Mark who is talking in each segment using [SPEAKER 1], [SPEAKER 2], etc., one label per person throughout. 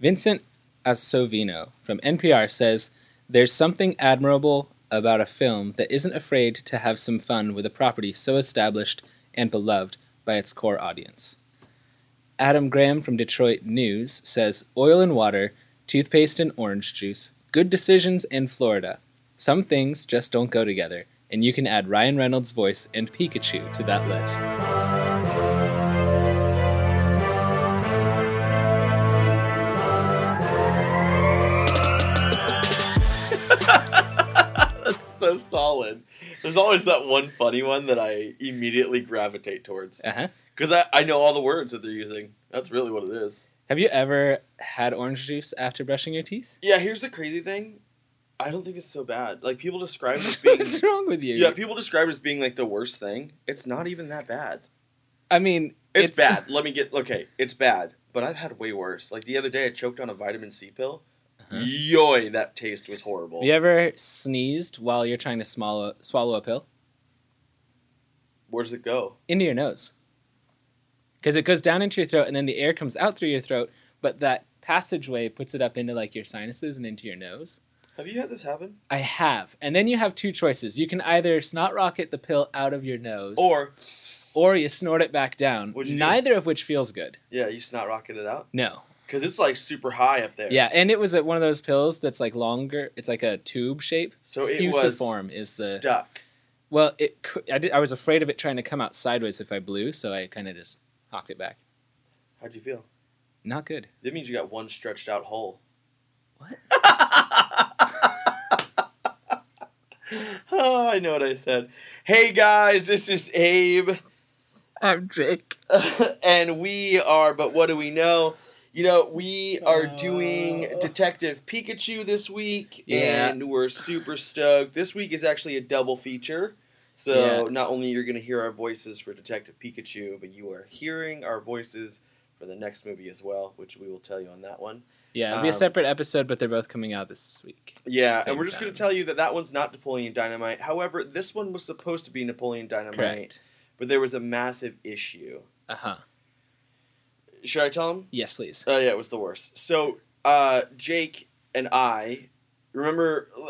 [SPEAKER 1] Vincent Asovino from NPR says there's something admirable about a film that isn't afraid to have some fun with a property so established and beloved by its core audience. Adam Graham from Detroit News says oil and water, toothpaste and orange juice, good decisions in Florida. Some things just don't go together, and you can add Ryan Reynolds' voice and Pikachu to that list.
[SPEAKER 2] That's so solid. There's always that one funny one that I immediately gravitate towards
[SPEAKER 1] Uh huh.
[SPEAKER 2] because I, I know all the words that they're using. That's really what it is.
[SPEAKER 1] Have you ever had orange juice after brushing your teeth?
[SPEAKER 2] Yeah, here's the crazy thing. I don't think it's so bad. Like people describe it as being
[SPEAKER 1] What's wrong with you?
[SPEAKER 2] Yeah, people describe it as being like the worst thing. It's not even that bad.
[SPEAKER 1] I mean,
[SPEAKER 2] It's, bad. Let me get okay. It's bad, but I've had way worse. Like the other day, I choked on a vitamin C pill.
[SPEAKER 1] Uh-huh.
[SPEAKER 2] Yoy, that taste was horrible.
[SPEAKER 1] Have you ever sneezed while you're trying to swallow swallow a pill
[SPEAKER 2] Where does it go?
[SPEAKER 1] into your nose? Because it goes down into your throat, and then the air comes out through your throat, but that passageway puts it up into like your sinuses and into your nose.
[SPEAKER 2] Have you had this happen?
[SPEAKER 1] I have, and then you have two choices. You can either snot rocket the pill out of your nose,
[SPEAKER 2] Or
[SPEAKER 1] or you snort it back down.
[SPEAKER 2] What'd you do?
[SPEAKER 1] Neither of which feels good.
[SPEAKER 2] yeah, you snot rocketed it out
[SPEAKER 1] No.
[SPEAKER 2] because it's like super high up there.
[SPEAKER 1] Yeah, and it was at one of those pills that's like longer. It's like a tube shape.
[SPEAKER 2] So it
[SPEAKER 1] Fusiform
[SPEAKER 2] was
[SPEAKER 1] is the
[SPEAKER 2] stuck.
[SPEAKER 1] well. It cou- I, did, I was afraid of it trying to come out sideways if I blew, so I kind of just hocked it back.
[SPEAKER 2] How'd you feel?
[SPEAKER 1] Not good.
[SPEAKER 2] That means you got one stretched out hole.
[SPEAKER 1] What?
[SPEAKER 2] oh, I know what I said. Hey guys, this is Abe.
[SPEAKER 1] I'm Jake.
[SPEAKER 2] and we are but what do we know you know we are doing
[SPEAKER 1] Oh.
[SPEAKER 2] detective pikachu this week
[SPEAKER 1] Yeah.
[SPEAKER 2] and we're super stoked this week is actually a double feature so
[SPEAKER 1] Yeah.
[SPEAKER 2] not only you're going to hear our voices for detective pikachu but you are hearing our voices for the next movie as well which we will tell you on that one
[SPEAKER 1] Yeah, it'll be a
[SPEAKER 2] Um,
[SPEAKER 1] separate episode, but they're both coming out this week.
[SPEAKER 2] yeah
[SPEAKER 1] Same
[SPEAKER 2] and we're just going
[SPEAKER 1] time.
[SPEAKER 2] to tell you that that one's not napoleon dynamite however this one was supposed to be napoleon dynamite
[SPEAKER 1] Correct.
[SPEAKER 2] but there was a massive issue
[SPEAKER 1] Uh huh.
[SPEAKER 2] should i tell him
[SPEAKER 1] Yes, please.
[SPEAKER 2] Oh yeah, it was the worst. So uh, Jake and I remember. Uh,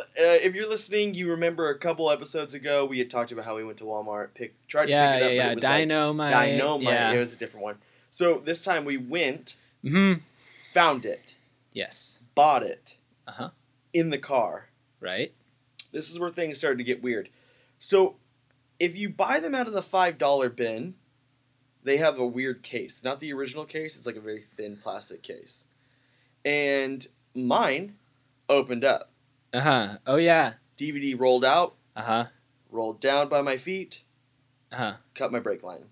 [SPEAKER 2] if you're listening, you remember a couple episodes ago we had talked about how we went to Walmart, picked,
[SPEAKER 1] Yeah,
[SPEAKER 2] tried to
[SPEAKER 1] yeah,
[SPEAKER 2] pick it
[SPEAKER 1] yeah.
[SPEAKER 2] up, but it was
[SPEAKER 1] Dynamite.
[SPEAKER 2] like dynamite. It
[SPEAKER 1] Yeah.
[SPEAKER 2] was a different one. So this time we went,
[SPEAKER 1] hmm
[SPEAKER 2] found it,
[SPEAKER 1] Yes.
[SPEAKER 2] bought it
[SPEAKER 1] Uh-huh.
[SPEAKER 2] in the car.
[SPEAKER 1] Right.
[SPEAKER 2] This is where things started to get weird. So if you buy them out of the five dollar bin, they have a weird case. Not the original case, it's like a very thin plastic case. And mine opened up.
[SPEAKER 1] Uh huh. Oh yeah.
[SPEAKER 2] DVD rolled out,
[SPEAKER 1] Uh huh.
[SPEAKER 2] rolled down by my feet,
[SPEAKER 1] Uh huh.
[SPEAKER 2] cut my brake line.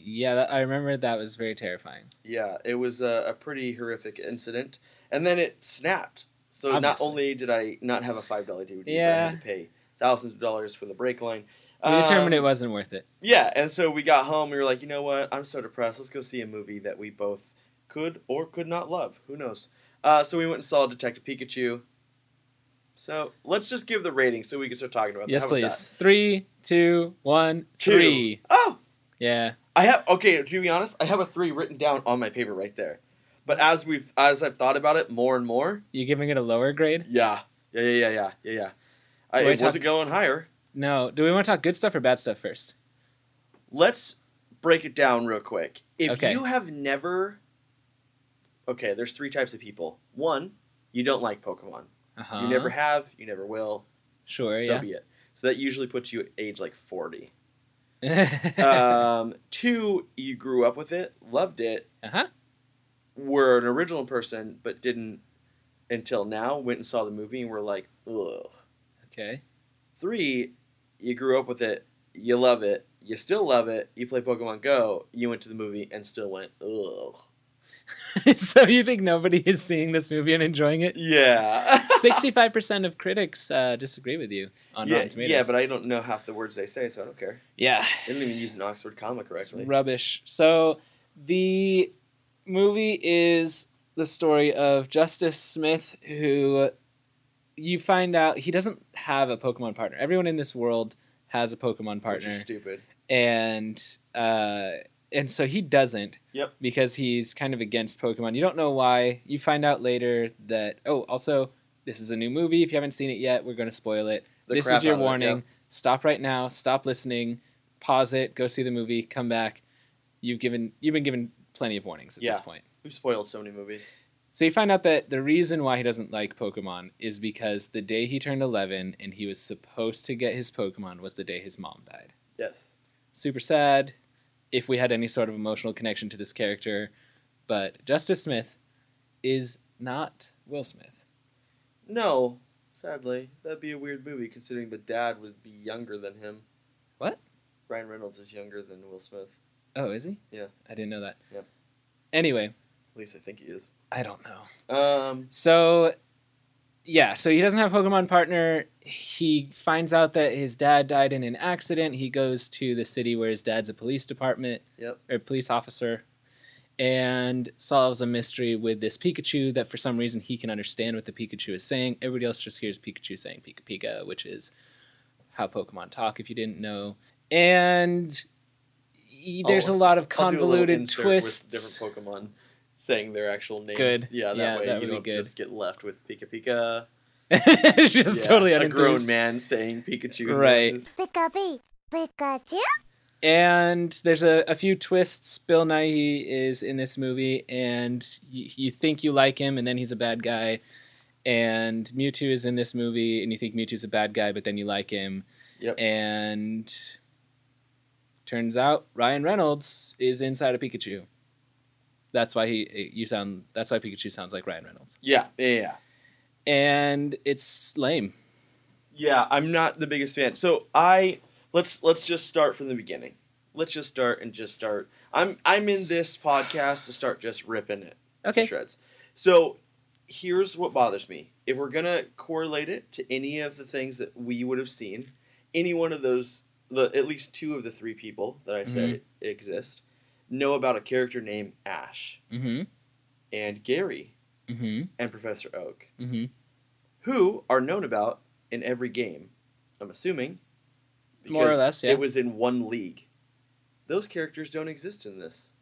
[SPEAKER 1] Yeah, that, I remember that was very terrifying.
[SPEAKER 2] Yeah, it was a, a pretty horrific incident. And then it snapped. So not
[SPEAKER 1] Obviously.
[SPEAKER 2] only did I not have a five dollar DVD, but I
[SPEAKER 1] Yeah.
[SPEAKER 2] had to pay thousands of dollars for the brake line.
[SPEAKER 1] We determined
[SPEAKER 2] Um,
[SPEAKER 1] it wasn't worth it.
[SPEAKER 2] Yeah, and so we got home. We were like, you know what? I'm so depressed. Let's go see a movie that we both could or could not love. Who knows? Uh, so we went and saw Detective Pikachu. So let's just give the rating so we can start talking about.
[SPEAKER 1] Yes,
[SPEAKER 2] that. How about that?
[SPEAKER 1] please. Three, two, one,
[SPEAKER 2] Two.
[SPEAKER 1] three.
[SPEAKER 2] Oh,
[SPEAKER 1] Yeah.
[SPEAKER 2] I have okay. To be honest, I have a three written down on my paper right there. But as we've as I've thought about it more and more,
[SPEAKER 1] You giving it a lower grade?
[SPEAKER 2] yeah, yeah, yeah, yeah, yeah, yeah, yeah. I,
[SPEAKER 1] Wait,
[SPEAKER 2] it wasn't going higher.
[SPEAKER 1] No. Do we want to talk good stuff or bad stuff first?
[SPEAKER 2] Let's break it down real quick. If
[SPEAKER 1] Okay.
[SPEAKER 2] you have never, okay, there's three types of people. One, you don't like Pokemon.
[SPEAKER 1] Uh-huh.
[SPEAKER 2] You never have. You never will.
[SPEAKER 1] Sure,
[SPEAKER 2] so
[SPEAKER 1] yeah.
[SPEAKER 2] be it. So that usually puts you at age like forty.
[SPEAKER 1] uh
[SPEAKER 2] um, two, you grew up with it, loved it,
[SPEAKER 1] huh.
[SPEAKER 2] were an original person but didn't until now went and saw the movie and were like ugh
[SPEAKER 1] Okay.
[SPEAKER 2] three you grew up with it you love it you still love it you play pokemon go you went to the movie and still went ugh
[SPEAKER 1] so you think nobody is seeing this movie and enjoying it?
[SPEAKER 2] yeah
[SPEAKER 1] Sixty-five percent of critics uh, disagree with you on
[SPEAKER 2] yeah,
[SPEAKER 1] Rotten Tomatoes.
[SPEAKER 2] yeah but i don't know half the words they say so i don't care
[SPEAKER 1] yeah,
[SPEAKER 2] they didn't even use an oxford comma
[SPEAKER 1] it's
[SPEAKER 2] correctly
[SPEAKER 1] rubbish. So the movie is the story of Justice Smith, who you find out he doesn't have a Pokemon partner. Everyone in this world has a Pokemon
[SPEAKER 2] which
[SPEAKER 1] partner.
[SPEAKER 2] is stupid
[SPEAKER 1] and uh, and so he doesn't.
[SPEAKER 2] Yep.
[SPEAKER 1] Because he's kind of against Pokemon. You don't know why. You find out later that oh, also this is a new movie. If you haven't seen it yet, we're going to spoil it.
[SPEAKER 2] The
[SPEAKER 1] this
[SPEAKER 2] crap
[SPEAKER 1] is your
[SPEAKER 2] out of it,
[SPEAKER 1] warning.
[SPEAKER 2] yep.
[SPEAKER 1] Stop right now. Stop listening. Pause it. Go see the movie. Come back. You've given you've been given plenty of warnings at this
[SPEAKER 2] Yeah.
[SPEAKER 1] point.
[SPEAKER 2] We've spoiled so many movies.
[SPEAKER 1] So you find out that the reason why he doesn't like Pokemon is because the day he turned 11 and he was supposed to get his Pokemon was the day his mom died.
[SPEAKER 2] Yes.
[SPEAKER 1] Super sad if we had any sort of emotional connection to this character, but Justice Smith is not Will Smith.
[SPEAKER 2] No, sadly, that'd be a weird movie considering the dad would be younger than him.
[SPEAKER 1] What?
[SPEAKER 2] Ryan Reynolds is younger than Will Smith.
[SPEAKER 1] Oh, is he?
[SPEAKER 2] Yeah.
[SPEAKER 1] I didn't know that.
[SPEAKER 2] Yep.
[SPEAKER 1] Anyway,
[SPEAKER 2] At least I think he is.
[SPEAKER 1] I don't know.
[SPEAKER 2] Um,
[SPEAKER 1] So, yeah, so he doesn't have Pokemon partner. He finds out that his dad died in an accident. He goes to the city where his dad's a police department
[SPEAKER 2] Yep.
[SPEAKER 1] or police officer and solves a mystery with this Pikachu that for some reason he can understand what the Pikachu is saying. Everybody else just hears Pikachu saying Pika Pika, which is how Pokemon talk if you didn't know. And y- there's
[SPEAKER 2] Oh,
[SPEAKER 1] a lot of
[SPEAKER 2] I'll do a little
[SPEAKER 1] convoluted
[SPEAKER 2] insert
[SPEAKER 1] twists.
[SPEAKER 2] With different Pokemon saying their actual names.
[SPEAKER 1] Good.
[SPEAKER 2] Yeah, that
[SPEAKER 1] Yeah,
[SPEAKER 2] way
[SPEAKER 1] that would
[SPEAKER 2] you
[SPEAKER 1] be
[SPEAKER 2] don't
[SPEAKER 1] good.
[SPEAKER 2] just get left with Pika Pika.
[SPEAKER 1] just
[SPEAKER 2] Yeah,
[SPEAKER 1] totally
[SPEAKER 2] a grown
[SPEAKER 1] unenthused.
[SPEAKER 2] man saying Pikachu.
[SPEAKER 1] Right.
[SPEAKER 2] noises.
[SPEAKER 3] Pikachu, Pikachu.
[SPEAKER 1] And there's a, a few twists. Bill Nighy is in this movie, and you, you think you like him, and then he's a bad guy. And Mewtwo is in this movie, and you think Mewtwo's a bad guy, but then you like him.
[SPEAKER 2] Yep.
[SPEAKER 1] And turns out Ryan Reynolds is inside of Pikachu. That's why he eh, you sound. That's why Pikachu sounds like Ryan Reynolds.
[SPEAKER 2] Yeah, yeah, yeah.
[SPEAKER 1] And it's lame.
[SPEAKER 2] Yeah, I'm not the biggest fan. So I let's let's just start from the beginning. Let's just start and just start. I'm I'm in this podcast to start just ripping it to
[SPEAKER 1] Okay.
[SPEAKER 2] shreds. So here's what bothers me. If we're gonna correlate it to any of the things that we would have seen, any one of those the at least two of the three people that I said exist know about a character named Ash
[SPEAKER 1] Mm-hmm.
[SPEAKER 2] and Gary
[SPEAKER 1] Mm-hmm.
[SPEAKER 2] and Professor Oak.
[SPEAKER 1] Mm-hmm.
[SPEAKER 2] who are known about in every game. I'm assuming.
[SPEAKER 1] More or
[SPEAKER 2] because
[SPEAKER 1] less, yeah.
[SPEAKER 2] It was in one league. Those characters don't exist in this.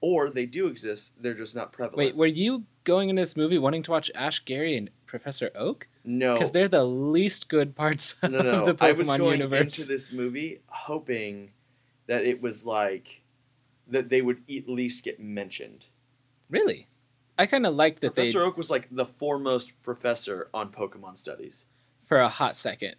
[SPEAKER 2] Or they do exist, they're just not prevalent.
[SPEAKER 1] Wait, were you going into this movie wanting to watch Ash, Gary, and Professor Oak?
[SPEAKER 2] no.
[SPEAKER 1] Because they're the least good parts
[SPEAKER 2] no, no, no.
[SPEAKER 1] of the
[SPEAKER 2] I was
[SPEAKER 1] Pokemon
[SPEAKER 2] going
[SPEAKER 1] universe.
[SPEAKER 2] into this movie hoping that it was like that they would at least get mentioned.
[SPEAKER 1] Really? I kind of liked that
[SPEAKER 2] professor Oak was like the foremost professor on Pokemon studies.
[SPEAKER 1] they, for a hot second.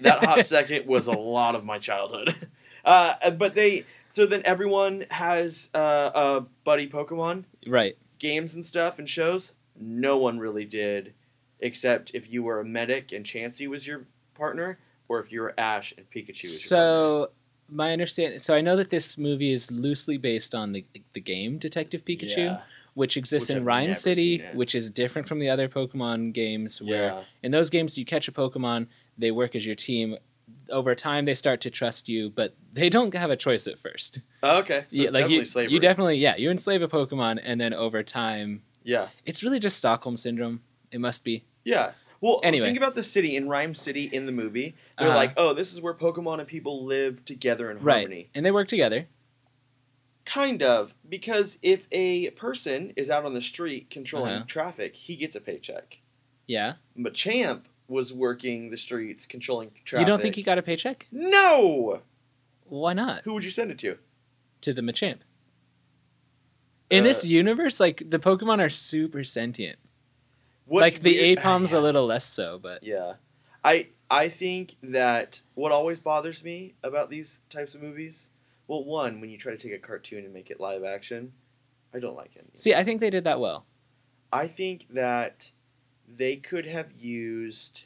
[SPEAKER 2] that hot second was a lot of my childhood. Uh, but they so then everyone has uh, uh, buddy Pokemon
[SPEAKER 1] Right.
[SPEAKER 2] games and stuff and shows. No one really did, except if you were a medic and Chansey was your partner, or if you were Ash and Pikachu was your
[SPEAKER 1] So, my understanding. So, I know that this movie is loosely based on the, the game Detective
[SPEAKER 2] partner.
[SPEAKER 1] Pikachu, which exists
[SPEAKER 2] Which
[SPEAKER 1] in
[SPEAKER 2] I've
[SPEAKER 1] Rhyme
[SPEAKER 2] never
[SPEAKER 1] City,
[SPEAKER 2] seen it.
[SPEAKER 1] which is different from the other Pokemon games
[SPEAKER 2] Yeah.
[SPEAKER 1] where
[SPEAKER 2] yeah.
[SPEAKER 1] In those games, you catch a Pokemon, they work as your team. Over time, they start to trust you, but they don't have a choice at first.
[SPEAKER 2] Oh, okay. So
[SPEAKER 1] yeah, like
[SPEAKER 2] definitely
[SPEAKER 1] you,
[SPEAKER 2] slavery.
[SPEAKER 1] you definitely, yeah, you enslave a Pokemon, and then over time,
[SPEAKER 2] yeah.
[SPEAKER 1] it's really just Stockholm syndrome. It must be.
[SPEAKER 2] Yeah. Well,
[SPEAKER 1] Anyway.
[SPEAKER 2] think about the city in Rhyme City in the movie. They're
[SPEAKER 1] Uh-huh.
[SPEAKER 2] like, oh, this is where Pokemon and people live together in
[SPEAKER 1] Right.
[SPEAKER 2] harmony.
[SPEAKER 1] And they work together.
[SPEAKER 2] Kind of, because if a person is out on the street controlling
[SPEAKER 1] Uh-huh.
[SPEAKER 2] traffic, he gets a paycheck.
[SPEAKER 1] Yeah.
[SPEAKER 2] But Champ was working the streets controlling traffic.
[SPEAKER 1] You don't think he got a paycheck?
[SPEAKER 2] No.
[SPEAKER 1] Why not?
[SPEAKER 2] Who would you send it to?
[SPEAKER 1] To the Machamp. In this
[SPEAKER 2] Uh,
[SPEAKER 1] universe, like, the Pokemon are super sentient.
[SPEAKER 2] What's
[SPEAKER 1] like, the
[SPEAKER 2] weird- Ah,
[SPEAKER 1] Apom's
[SPEAKER 2] yeah.
[SPEAKER 1] a little less so, but.
[SPEAKER 2] Yeah, I I think that what always bothers me about these types of movies, well, one when you try to take a cartoon and make it live action, I don't like it.
[SPEAKER 1] See, I think they did that well.
[SPEAKER 2] I think that they could have used.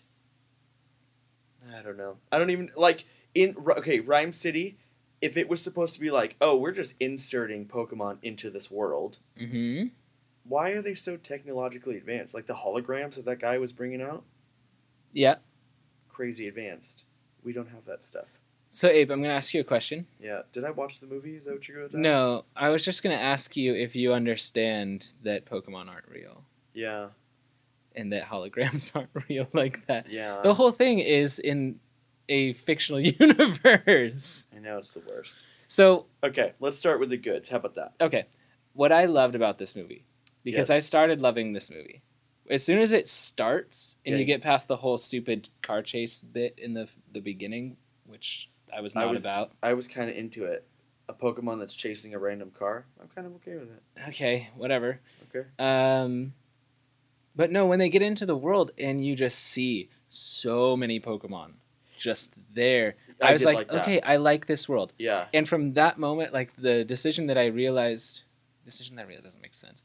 [SPEAKER 2] I don't know. I don't even like in okay Rhyme City. If it was supposed to be like, oh, we're just inserting Pokemon into this world,
[SPEAKER 1] Mm
[SPEAKER 2] why are they so technologically advanced? Like the holograms that that guy was bringing out,
[SPEAKER 1] hmm. Yeah.
[SPEAKER 2] crazy advanced. We don't have that stuff.
[SPEAKER 1] So, Abe, I'm going to ask you a question.
[SPEAKER 2] Yeah. Did I watch the movie? Is that what you're going to?
[SPEAKER 1] No, I was just going to ask you if you understand that Pokemon aren't real
[SPEAKER 2] Yeah.
[SPEAKER 1] and that holograms aren't real like that.
[SPEAKER 2] Yeah.
[SPEAKER 1] The whole thing is in a fictional universe.
[SPEAKER 2] I know it's the worst.
[SPEAKER 1] So
[SPEAKER 2] Okay, let's start with the goods. How about that?
[SPEAKER 1] okay, what I loved about this movie, because I
[SPEAKER 2] Yes.
[SPEAKER 1] started loving this movie, as soon as it starts and
[SPEAKER 2] Yeah.
[SPEAKER 1] you get past the whole stupid car chase bit in the the beginning, which I was
[SPEAKER 2] I
[SPEAKER 1] not
[SPEAKER 2] was-
[SPEAKER 1] about.
[SPEAKER 2] I was kind of into it. A Pokemon that's chasing a random car. I'm kind of okay with it.
[SPEAKER 1] Okay, whatever.
[SPEAKER 2] Okay.
[SPEAKER 1] Um, but no, when they get into the world and you just see so many Pokemon just there, I, was
[SPEAKER 2] did
[SPEAKER 1] like,
[SPEAKER 2] that.
[SPEAKER 1] okay, I like this world.
[SPEAKER 2] Yeah.
[SPEAKER 1] and from that moment, like the decision that I realized, decision that I realized doesn't make sense.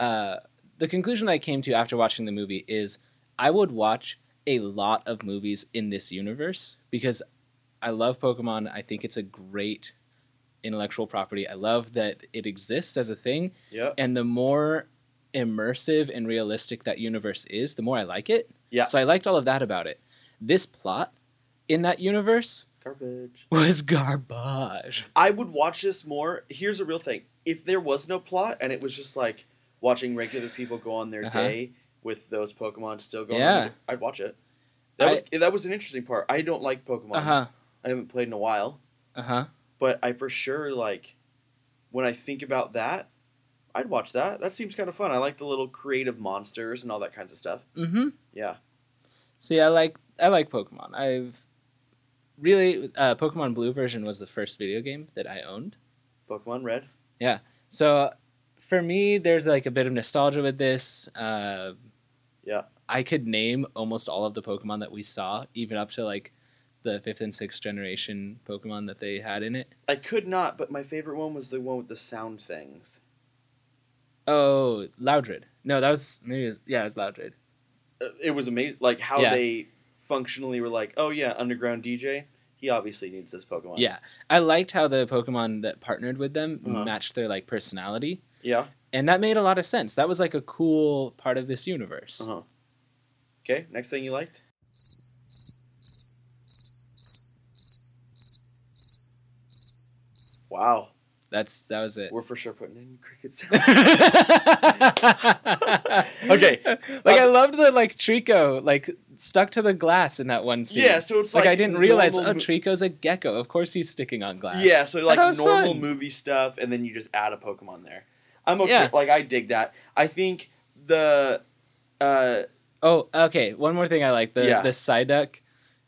[SPEAKER 1] Uh, the conclusion I came to after watching the movie is I would watch a lot of movies in this universe because I love Pokemon. I think it's a great intellectual property. I love that it exists as a thing.
[SPEAKER 2] Yep.
[SPEAKER 1] And the more immersive and realistic that universe is, the more I like it.
[SPEAKER 2] Yeah.
[SPEAKER 1] So I liked all of that about it. This plot in that universe
[SPEAKER 2] Garbage.
[SPEAKER 1] was garbage.
[SPEAKER 2] I would watch this more. Here's a real thing. If there was no plot and it was just like watching regular people go on their
[SPEAKER 1] Uh-huh.
[SPEAKER 2] day with those Pokemon still going,
[SPEAKER 1] Yeah.
[SPEAKER 2] on, I'd watch it. That
[SPEAKER 1] I-
[SPEAKER 2] was that was an interesting part. I don't like Pokemon.
[SPEAKER 1] Uh huh.
[SPEAKER 2] I haven't played in a while,
[SPEAKER 1] Uh huh.
[SPEAKER 2] but I for sure like when I think about that, I'd watch that. That seems kind of fun. I like the little creative monsters and all that kinds of stuff.
[SPEAKER 1] Mm hmm.
[SPEAKER 2] Yeah.
[SPEAKER 1] See, I like I like Pokemon. I've really uh, Pokemon Blue version was the first video game that I owned.
[SPEAKER 2] Pokemon Red.
[SPEAKER 1] So for me, there's like a bit of nostalgia with this. Uh,
[SPEAKER 2] Yeah.
[SPEAKER 1] I could name almost all of the Pokemon that we saw, even up to like the fifth and sixth generation Pokemon that they had in it.
[SPEAKER 2] I could not, but my favorite one was the one with the sound things.
[SPEAKER 1] Oh, Loudred. No, that was maybe it was, yeah, it was Loudred.
[SPEAKER 2] Uh, It was amazing, like how
[SPEAKER 1] Yeah.
[SPEAKER 2] they functionally were like, "Oh yeah, underground DJ. He obviously needs this Pokemon."
[SPEAKER 1] Yeah, I liked how the Pokemon that partnered with them
[SPEAKER 2] Uh-huh.
[SPEAKER 1] matched their like personality.
[SPEAKER 2] yeah.
[SPEAKER 1] and that made a lot of sense. That was like a cool part of this universe.
[SPEAKER 2] Uh huh. Okay, next thing you liked? Wow,
[SPEAKER 1] That's that was it.
[SPEAKER 2] we're for sure putting in cricket sound.
[SPEAKER 1] okay, like I
[SPEAKER 2] Uh,
[SPEAKER 1] loved the like Trico like stuck to the glass in that one scene.
[SPEAKER 2] yeah, so it's
[SPEAKER 1] like,
[SPEAKER 2] like,
[SPEAKER 1] I didn't realize.
[SPEAKER 2] normal
[SPEAKER 1] Oh,
[SPEAKER 2] mo-
[SPEAKER 1] Trico's a gecko. Of course he's sticking on glass.
[SPEAKER 2] Yeah, so
[SPEAKER 1] I
[SPEAKER 2] like
[SPEAKER 1] thought it was
[SPEAKER 2] normal
[SPEAKER 1] fun.
[SPEAKER 2] movie stuff, and then you just add a Pokemon there. I'm okay.
[SPEAKER 1] Yeah.
[SPEAKER 2] Like I dig that. I think the uh,
[SPEAKER 1] Oh, okay. One more thing I like the
[SPEAKER 2] Yeah.
[SPEAKER 1] the Psyduck,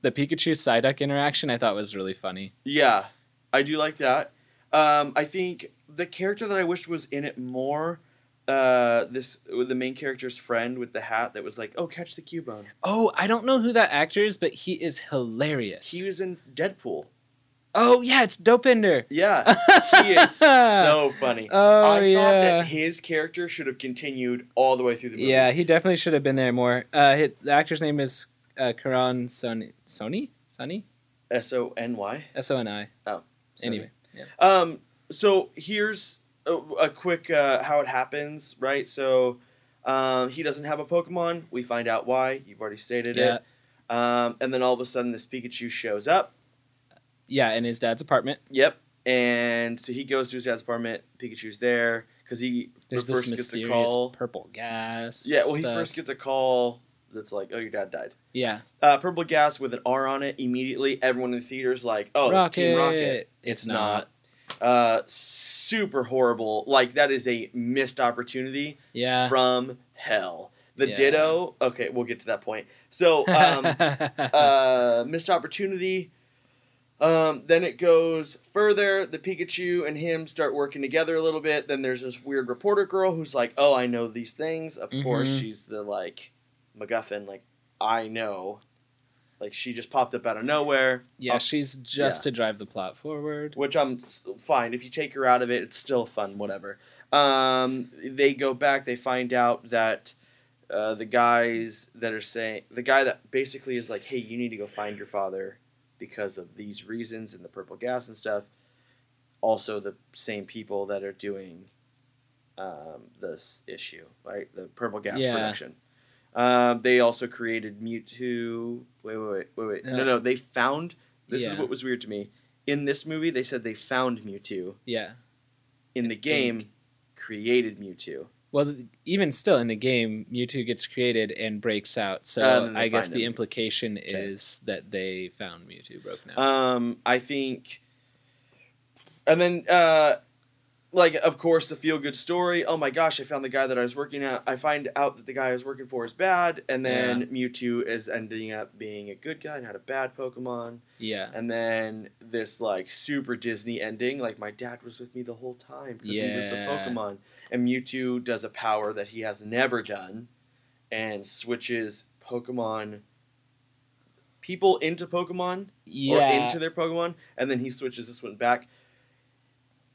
[SPEAKER 1] the Pikachu Psyduck interaction. I thought was really funny.
[SPEAKER 2] yeah, I do like that. Um, I think the character that I wish was in it more. Uh, this the main character's friend with the hat that was like, oh, catch the Cubone.
[SPEAKER 1] Oh, I don't know who that actor is, but he is hilarious.
[SPEAKER 2] He was in Deadpool.
[SPEAKER 1] oh yeah, it's Dopinder.
[SPEAKER 2] Yeah, he is so funny.
[SPEAKER 1] Oh
[SPEAKER 2] I
[SPEAKER 1] yeah.
[SPEAKER 2] thought that his character should have continued all the way through the movie.
[SPEAKER 1] Yeah, he definitely should have been there more. Uh, hi- the actor's name is uh, Karan Sony. Sony? Sonny?
[SPEAKER 2] S O N Y.
[SPEAKER 1] S O N I.
[SPEAKER 2] Oh,
[SPEAKER 1] Anyway.
[SPEAKER 2] Um, so here's a, a quick uh, how it happens, right? So um, he doesn't have a Pokemon. We find out why. You've already stated
[SPEAKER 1] Yeah.
[SPEAKER 2] it. Um, and then all of a sudden, this Pikachu shows up.
[SPEAKER 1] Yeah, in his dad's apartment.
[SPEAKER 2] Yep. And so he goes to his dad's apartment. Pikachu's there because he
[SPEAKER 1] There's
[SPEAKER 2] first
[SPEAKER 1] this
[SPEAKER 2] gets a
[SPEAKER 1] mysterious
[SPEAKER 2] call.
[SPEAKER 1] purple gas.
[SPEAKER 2] Yeah. Well, he
[SPEAKER 1] stuff.
[SPEAKER 2] first gets a call that's like, "Oh, your dad died."
[SPEAKER 1] Yeah.
[SPEAKER 2] Uh, purple gas with an R on it. Immediately, everyone in the theater's like, "Oh, it's Team Rocket."
[SPEAKER 1] It's,
[SPEAKER 2] It's
[SPEAKER 1] not.
[SPEAKER 2] not. Uh, super horrible. Like that is a missed opportunity.
[SPEAKER 1] Yeah.
[SPEAKER 2] from hell. The
[SPEAKER 1] Yeah.
[SPEAKER 2] Ditto. Okay, we'll get to that point. So, um, uh, missed opportunity. Um, then it goes further. The Pikachu and him start working together a little bit. Then there's this weird reporter girl who's like, "Oh, I know these things." Of course,
[SPEAKER 1] Mhm.
[SPEAKER 2] she's the like MacGuffin. Like, I know. Like she just popped up out of nowhere.
[SPEAKER 1] yeah,
[SPEAKER 2] I'll-
[SPEAKER 1] she's just
[SPEAKER 2] um, yeah.
[SPEAKER 1] to drive the plot forward.
[SPEAKER 2] which I'm s- fine. If you take her out of it, it's still fun, whatever. Um, they go back, they find out that uh, the guys that are saying, the guy that basically is like, hey, you need to go find your father because of these reasons and the purple gas and stuff. Also, the same people that are doing um, this issue, right? The purple gas
[SPEAKER 1] Yeah.
[SPEAKER 2] production. Um, they also created Mewtwo. Wait, wait, wait, wait, wait.
[SPEAKER 1] Yeah.
[SPEAKER 2] No, no, they found. This
[SPEAKER 1] Yeah.
[SPEAKER 2] is what was weird to me. In this movie, they said they found Mewtwo.
[SPEAKER 1] Yeah.
[SPEAKER 2] In the game, created Mewtwo.
[SPEAKER 1] Well, th- even still in the game, Mewtwo gets created and breaks out. So
[SPEAKER 2] Uh, then they
[SPEAKER 1] I guess
[SPEAKER 2] find
[SPEAKER 1] the
[SPEAKER 2] him.
[SPEAKER 1] implication
[SPEAKER 2] Uh,
[SPEAKER 1] is that they found Mewtwo broken out.
[SPEAKER 2] Um, I think Um, And then, uh, like, of course, the feel good story. Oh my gosh, I found the guy that I was working at. I find out that the guy I was working for is bad. And then Mewtwo is ending up being a good guy, not a bad Pokemon.
[SPEAKER 1] Yeah.
[SPEAKER 2] And then this, like, super Disney ending. Like, my dad was with me the whole time because he was the
[SPEAKER 1] Yeah.
[SPEAKER 2] Pokemon. And Mewtwo does a power that he has never done and switches Pokemon people into Pokemon or
[SPEAKER 1] Yeah.
[SPEAKER 2] into their Pokemon, and then he switches this one back.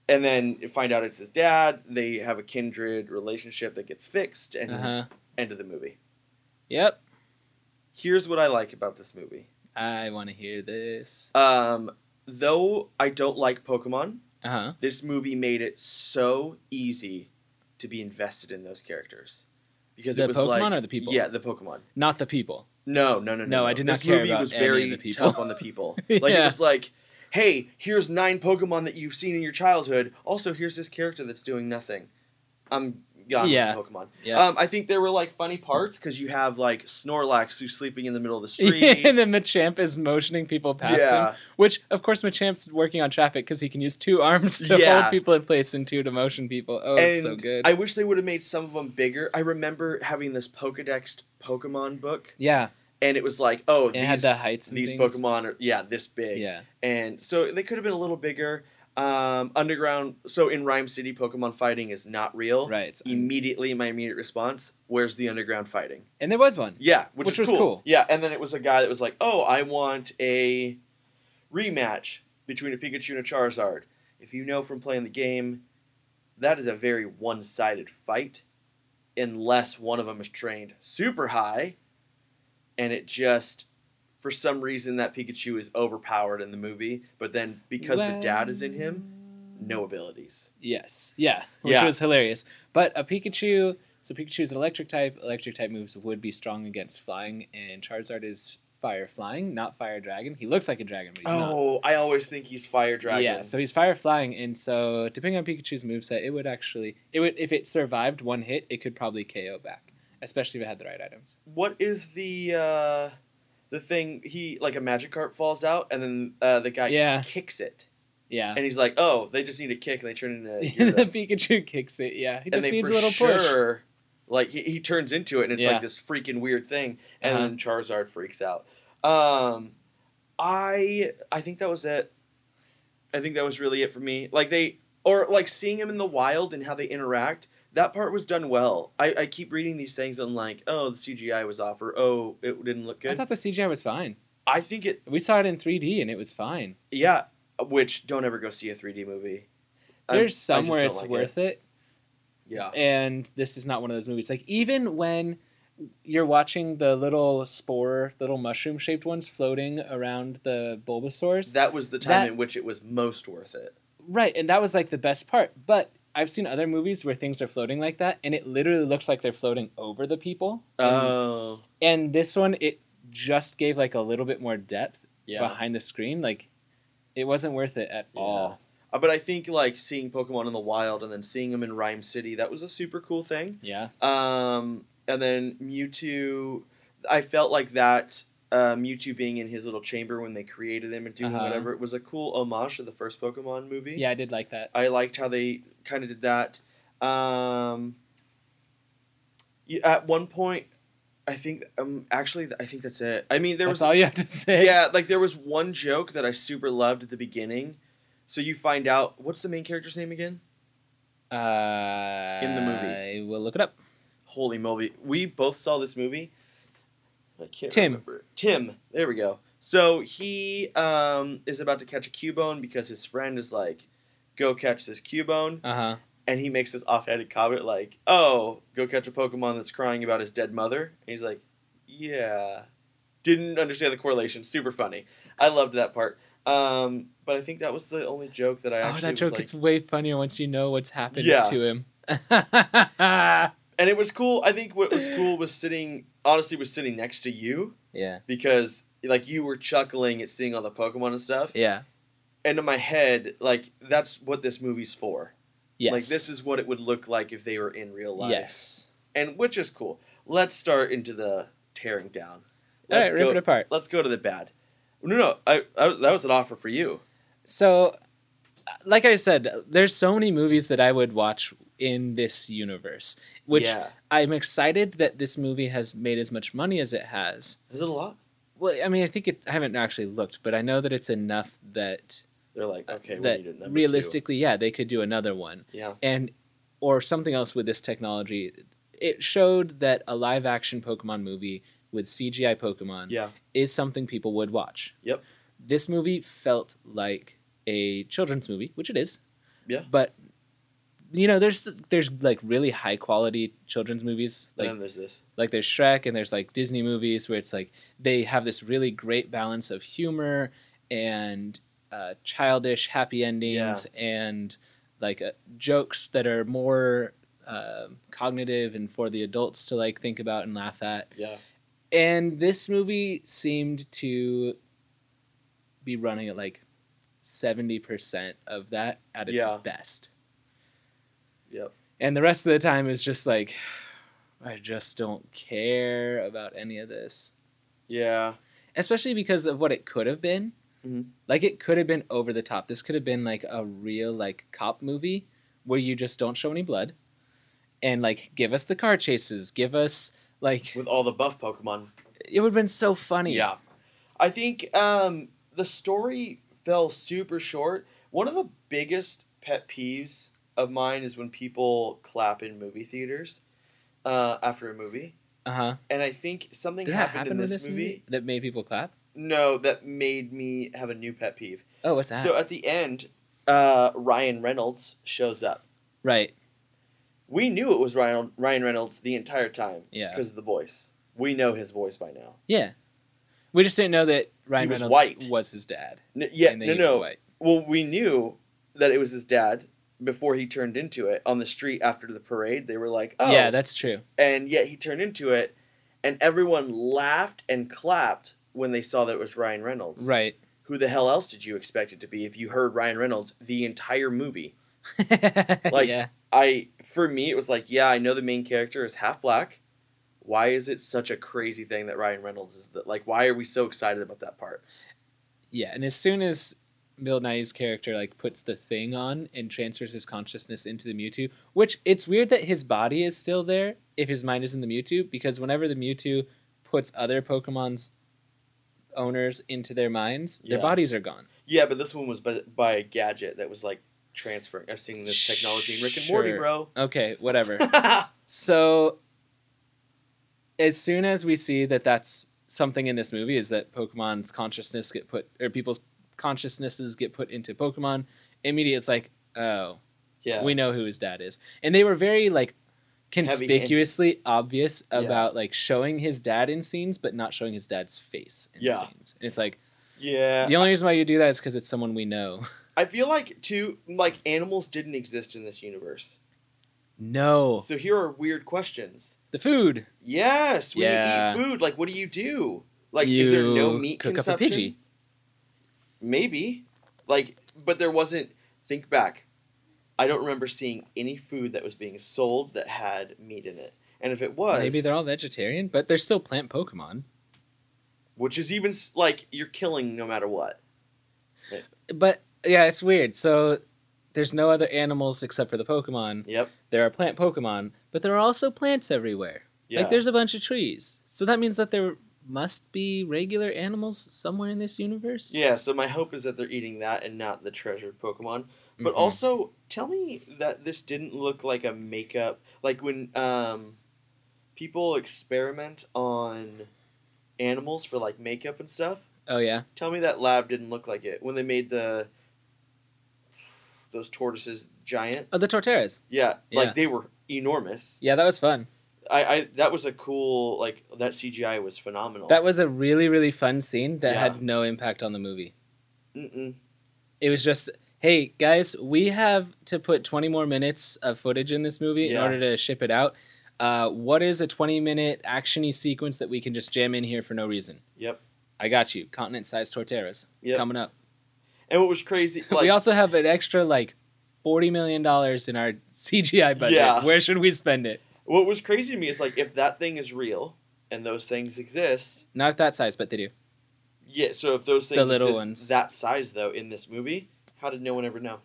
[SPEAKER 2] And then you find out it's his dad. They have a kindred relationship that gets fixed, and
[SPEAKER 1] uh-huh.
[SPEAKER 2] end of the movie.
[SPEAKER 1] Yep.
[SPEAKER 2] Here's what I like about this movie.
[SPEAKER 1] I want to hear this.
[SPEAKER 2] Um, though I don't like Pokemon,
[SPEAKER 1] Uh huh.
[SPEAKER 2] this movie made it so easy to be invested in those characters because
[SPEAKER 1] The
[SPEAKER 2] it was
[SPEAKER 1] Pokemon
[SPEAKER 2] like
[SPEAKER 1] or the people?
[SPEAKER 2] Yeah, the Pokemon.
[SPEAKER 1] Not the people.
[SPEAKER 2] No, no, no, no.
[SPEAKER 1] No, I did not
[SPEAKER 2] This
[SPEAKER 1] care
[SPEAKER 2] movie
[SPEAKER 1] about
[SPEAKER 2] was
[SPEAKER 1] any of
[SPEAKER 2] very
[SPEAKER 1] the people.
[SPEAKER 2] tough on the people. Like it
[SPEAKER 1] Yeah.
[SPEAKER 2] was like, hey, here's nine Pokemon that you've seen in your childhood. Also, here's this character that's doing nothing. I'm gone
[SPEAKER 1] Yeah.
[SPEAKER 2] with Pokemon.
[SPEAKER 1] Yeah.
[SPEAKER 2] Um, I think there were like funny parts because you have like Snorlax who's sleeping in the middle of the street.
[SPEAKER 1] and then Machamp is motioning people past
[SPEAKER 2] Yeah.
[SPEAKER 1] him, which of course Machamp's working on traffic because he can use two arms to
[SPEAKER 2] Yeah.
[SPEAKER 1] hold people in place and two to motion people. Oh, it's so
[SPEAKER 2] And
[SPEAKER 1] good.
[SPEAKER 2] I wish they would have made some of them bigger. I remember having this Pokedex Pokemon book,
[SPEAKER 1] yeah,
[SPEAKER 2] and it was like, oh,
[SPEAKER 1] it had
[SPEAKER 2] these,
[SPEAKER 1] the heights. And
[SPEAKER 2] these
[SPEAKER 1] things.
[SPEAKER 2] Pokemon are yeah this big.
[SPEAKER 1] Yeah.
[SPEAKER 2] and so they could have been a little bigger. Um, underground. So in Rhyme City, Pokemon fighting is not real.
[SPEAKER 1] Right.
[SPEAKER 2] Immediately, my immediate response: Where's the underground fighting?
[SPEAKER 1] And there was one.
[SPEAKER 2] Yeah, which,
[SPEAKER 1] Which
[SPEAKER 2] was,
[SPEAKER 1] was
[SPEAKER 2] cool.
[SPEAKER 1] cool.
[SPEAKER 2] Yeah, and then it was a guy that was like, "Oh, I want a rematch between a Pikachu and a Charizard." If you know from playing the game, that is a very one-sided fight, unless one of them is trained super high, and it just. For some reason, that Pikachu is overpowered in the movie, but then because the dad is in him, no abilities.
[SPEAKER 1] Yes. Yeah. Which
[SPEAKER 2] Yeah.
[SPEAKER 1] was hilarious. But a Pikachu. So Pikachu is an electric type. Electric type moves would be strong against flying, and Charizard is fire flying, not fire dragon. He looks like a dragon, but he's not.
[SPEAKER 2] oh, I always think he's Fire Dragon.
[SPEAKER 1] Yeah, so he's fire flying, and so depending on Pikachu's moveset, it would actually it would if it survived one hit, it could probably KO back, especially if it had the right items.
[SPEAKER 2] what is the uh the thing he like a magic carp falls out and then uh, the guy
[SPEAKER 1] Yeah.
[SPEAKER 2] kicks it
[SPEAKER 1] Yeah,
[SPEAKER 2] and he's like oh they just need a kick and they turn into
[SPEAKER 1] the
[SPEAKER 2] Gyarados."
[SPEAKER 1] Pikachu kicks it. Yeah, he
[SPEAKER 2] and
[SPEAKER 1] just
[SPEAKER 2] they
[SPEAKER 1] needs
[SPEAKER 2] for
[SPEAKER 1] a little push.
[SPEAKER 2] sure like he, he turns into it and it's
[SPEAKER 1] Yeah.
[SPEAKER 2] like this freaking weird thing and
[SPEAKER 1] Uh-huh.
[SPEAKER 2] then charizard freaks out um i i think that was it i think that was really it for me like they or like seeing him in the wild and how they interact that part was done well i, I keep reading these things and like oh the cgi was off or oh it didn't look good
[SPEAKER 1] I thought the CGI was fine.
[SPEAKER 2] I think it,
[SPEAKER 1] We saw it in 3D and it was fine.
[SPEAKER 2] yeah. Which don't ever go see a 3D movie. I'm-
[SPEAKER 1] There's
[SPEAKER 2] I
[SPEAKER 1] some
[SPEAKER 2] just
[SPEAKER 1] where
[SPEAKER 2] don't
[SPEAKER 1] it's
[SPEAKER 2] like
[SPEAKER 1] worth it.
[SPEAKER 2] Yeah.
[SPEAKER 1] and this is not one of those movies. Like even when you're watching the little spore, little mushroom shaped ones floating around the Bulbasaur's,
[SPEAKER 2] That was the time
[SPEAKER 1] That-
[SPEAKER 2] in which it was most worth it.
[SPEAKER 1] Right, and that was like the best part. But I've seen other movies where things are floating like that, and it literally looks like they're floating over the people. and,
[SPEAKER 2] Oh,
[SPEAKER 1] and this one, it just gave like a little bit more depth
[SPEAKER 2] yeah.
[SPEAKER 1] behind the screen. Like, it wasn't worth it at all.
[SPEAKER 2] Uh, But I think like seeing Pokemon in the wild and then seeing them in Rhyme City, that was a super cool thing.
[SPEAKER 1] Yeah,
[SPEAKER 2] Um, and then Mewtwo, I felt like that uh, Mewtwo being in his little chamber when they created him and doing
[SPEAKER 1] Uh-huh.
[SPEAKER 2] whatever, it was a cool homage to the first Pokemon movie.
[SPEAKER 1] yeah, I did like that.
[SPEAKER 2] I liked how they kind of did that. Um, y- at one point, I think um, actually I think that's it. I mean, there
[SPEAKER 1] That's
[SPEAKER 2] was
[SPEAKER 1] all you have to say.
[SPEAKER 2] yeah, like there was one joke that I super loved at the beginning. So you find out what's the main character's name again?
[SPEAKER 1] uh,
[SPEAKER 2] In the
[SPEAKER 1] I will look it up.
[SPEAKER 2] Holy moly, we both saw this movie. I can't
[SPEAKER 1] Tim.
[SPEAKER 2] remember. Tim, there we go. So he um, is about to catch a Cubone because his friend is like, "Go catch this Cubone."
[SPEAKER 1] Uh huh.
[SPEAKER 2] and he makes this offhanded comment like, "Oh, go catch a Pokemon that's crying about his dead mother." And he's like, "Yeah." Didn't understand the correlation. Super funny. I loved that part. Um, but I think that was the only joke that I
[SPEAKER 1] Oh,
[SPEAKER 2] actually
[SPEAKER 1] that joke
[SPEAKER 2] was like,
[SPEAKER 1] gets way funnier once you know what's happened
[SPEAKER 2] Yeah.
[SPEAKER 1] to him.
[SPEAKER 2] and it was cool. I think what was cool was sitting, honestly, was sitting next to you
[SPEAKER 1] yeah.
[SPEAKER 2] because like you were chuckling at seeing all the Pokemon and stuff.
[SPEAKER 1] Yeah.
[SPEAKER 2] And in my head, like that's what this movie's for.
[SPEAKER 1] Yes.
[SPEAKER 2] Like this is what it would look like if they were in real life.
[SPEAKER 1] Yes.
[SPEAKER 2] and which is cool. Let's start into the tearing down.
[SPEAKER 1] All
[SPEAKER 2] Let's
[SPEAKER 1] right, rip
[SPEAKER 2] go,
[SPEAKER 1] it apart.
[SPEAKER 2] Let's go to the bad. No, no, I, I that was an offer for you.
[SPEAKER 1] So uh, like I said, there's so many movies that I would watch in this universe, which
[SPEAKER 2] yeah.
[SPEAKER 1] I'm excited that this movie has made as much money as it has.
[SPEAKER 2] Is it a lot?
[SPEAKER 1] Well, I mean, I think it. I haven't actually looked, but I know that it's enough that uh,
[SPEAKER 2] They're like, okay,
[SPEAKER 1] that
[SPEAKER 2] we need a number two.
[SPEAKER 1] realistically, yeah, they could do another one
[SPEAKER 2] Yeah.
[SPEAKER 1] and or something else with this technology. It showed that a live action Pokemon movie with CGI Pokemon
[SPEAKER 2] Yeah.
[SPEAKER 1] is something people would watch.
[SPEAKER 2] Yep.
[SPEAKER 1] This movie felt like a children's movie, which it is.
[SPEAKER 2] Yeah.
[SPEAKER 1] But you know, there's there's like really high quality children's movies.
[SPEAKER 2] And
[SPEAKER 1] Like
[SPEAKER 2] then there's this.
[SPEAKER 1] like there's Shrek and there's like Disney movies where it's like they have this really great balance of humor and uh, childish happy endings and like uh, jokes that are more um cognitive and for the adults to like think about and laugh at
[SPEAKER 2] Yeah.
[SPEAKER 1] and this movie seemed to be running at like 70% of that at its
[SPEAKER 2] Yeah.
[SPEAKER 1] best
[SPEAKER 2] Yep.
[SPEAKER 1] and the rest of the time is just like i just don't care about any of this
[SPEAKER 2] Yeah.
[SPEAKER 1] especially because of what it could have been
[SPEAKER 2] Mhm.
[SPEAKER 1] like it could have been over the top this could have been like a real like cop movie where you just don't show any blood and like give us the car chases give us like
[SPEAKER 2] With all the buff Pokemon.
[SPEAKER 1] it would have been so funny
[SPEAKER 2] Yeah. I think um, the story fell super short. One of the biggest pet peeves of mine is when people clap in movie theaters uh, after a movie.
[SPEAKER 1] uh-huh
[SPEAKER 2] And I think something
[SPEAKER 1] Did that
[SPEAKER 2] happened
[SPEAKER 1] happen
[SPEAKER 2] in
[SPEAKER 1] with
[SPEAKER 2] this, movie.
[SPEAKER 1] that made people clap?
[SPEAKER 2] No, that made me have a new pet peeve.
[SPEAKER 1] Oh, what's that?
[SPEAKER 2] So at the end, uh, Ryan Reynolds shows up.
[SPEAKER 1] right.
[SPEAKER 2] We knew it was Ryan, Ryan Reynolds the entire time
[SPEAKER 1] Yeah.
[SPEAKER 2] because of the voice. We know his voice by now.
[SPEAKER 1] Yeah. We just didn't know that Ryan
[SPEAKER 2] was
[SPEAKER 1] Reynolds
[SPEAKER 2] white.
[SPEAKER 1] was his dad.
[SPEAKER 2] N- yeah,
[SPEAKER 1] and that
[SPEAKER 2] no,
[SPEAKER 1] he was
[SPEAKER 2] no.
[SPEAKER 1] white.
[SPEAKER 2] Well, we knew that it was his dad before he turned into it on the street after the parade. They were like, "Oh,
[SPEAKER 1] Yeah, that's true.
[SPEAKER 2] and yet he turned into it, and everyone laughed and clapped when they saw that it was Ryan Reynolds.
[SPEAKER 1] Right.
[SPEAKER 2] Who the hell else did you expect it to be if you heard Ryan Reynolds the entire movie?
[SPEAKER 1] like,
[SPEAKER 2] Like-
[SPEAKER 1] yeah.
[SPEAKER 2] I for me it was like, yeah, I know the main character is half black. Why is it such a crazy thing that Ryan Reynolds is the, like? Why are we so excited about that part?
[SPEAKER 1] Yeah, and as soon as Bill Nye's character like puts the thing on and transfers his consciousness into the Mewtwo, which it's weird that his body is still there if his mind is in the Mewtwo because whenever the Mewtwo puts other Pokemon's owners into their minds, their
[SPEAKER 2] Yeah.
[SPEAKER 1] bodies are gone.
[SPEAKER 2] Yeah, but this one was by, by a gadget that was like transferring. I've seen this technology in Rick and Morty,
[SPEAKER 1] Sure.
[SPEAKER 2] bro.
[SPEAKER 1] Okay, whatever. So, as soon as we see that that's something in this movie, is that Pokemon's consciousness get put, or people's consciousnesses get put into Pokemon, immediately it's like, oh,
[SPEAKER 2] yeah.
[SPEAKER 1] we know who his dad is. And they were very, like,
[SPEAKER 2] Heavy-handed.
[SPEAKER 1] conspicuously obvious
[SPEAKER 2] Yeah.
[SPEAKER 1] about, like, showing his dad in scenes, but not showing his dad's face in
[SPEAKER 2] Yeah.
[SPEAKER 1] scenes. And it's like,
[SPEAKER 2] yeah.
[SPEAKER 1] the only reason why you do that is because it's someone we know.
[SPEAKER 2] I feel like too like animals didn't exist in this universe.
[SPEAKER 1] No.
[SPEAKER 2] So here are weird questions.
[SPEAKER 1] The food.
[SPEAKER 2] Yes, when
[SPEAKER 1] Yeah.
[SPEAKER 2] you eat food, like what do you do? Like is there no
[SPEAKER 1] You
[SPEAKER 2] meat
[SPEAKER 1] cook up a
[SPEAKER 2] consumption?
[SPEAKER 1] Pidgey.
[SPEAKER 2] Maybe. Like but there wasn't think back. I don't remember seeing any food that was being sold that had meat in it. And if it was
[SPEAKER 1] Maybe they're all vegetarian, but they're still plant Pokemon.
[SPEAKER 2] which is even s- like you're killing no matter what.
[SPEAKER 1] but yeah, it's weird. So there's no other animals except for the Pokemon.
[SPEAKER 2] Yep.
[SPEAKER 1] There are plant Pokemon, but there are also plants everywhere.
[SPEAKER 2] Yeah.
[SPEAKER 1] Like there's a bunch of trees. So that means that there must be regular animals somewhere in this universe.
[SPEAKER 2] Yeah, so my hope is that they're eating that and not the treasured Pokemon. But
[SPEAKER 1] Mhm.
[SPEAKER 2] also, tell me that this didn't look like a makeup. Like when um, people experiment on animals for like makeup and stuff.
[SPEAKER 1] Oh yeah.
[SPEAKER 2] Tell me that lab didn't look like it when they made the those tortoises giant.
[SPEAKER 1] Oh, the Torteras.
[SPEAKER 2] Yeah,
[SPEAKER 1] Yeah.
[SPEAKER 2] like they were enormous.
[SPEAKER 1] Yeah, that was fun.
[SPEAKER 2] I, I that was a cool like that CGI was phenomenal.
[SPEAKER 1] That was a really really fun scene that
[SPEAKER 2] Oh. Yeah.
[SPEAKER 1] had no impact on the movie.
[SPEAKER 2] Mm-mm.
[SPEAKER 1] It was just, hey guys, we have to put 20 more minutes of footage in this movie in
[SPEAKER 2] Yeah.
[SPEAKER 1] order to ship it out. Uh, what is a 20 minute actiony sequence that we can just jam in here for no reason?
[SPEAKER 2] Yep.
[SPEAKER 1] I got you. Continent sized torteras
[SPEAKER 2] Yep.
[SPEAKER 1] coming up.
[SPEAKER 2] And what was crazy? Like,
[SPEAKER 1] we also have an extra like forty million dollars in our CGI budget.
[SPEAKER 2] Yeah.
[SPEAKER 1] Where should we spend it?
[SPEAKER 2] What was crazy to me is like if that thing is real and those things exist,
[SPEAKER 1] Not at that size, but they do.
[SPEAKER 2] yeah. So if those things
[SPEAKER 1] little
[SPEAKER 2] exist
[SPEAKER 1] ones.
[SPEAKER 2] that size though in this movie, how did no one ever know?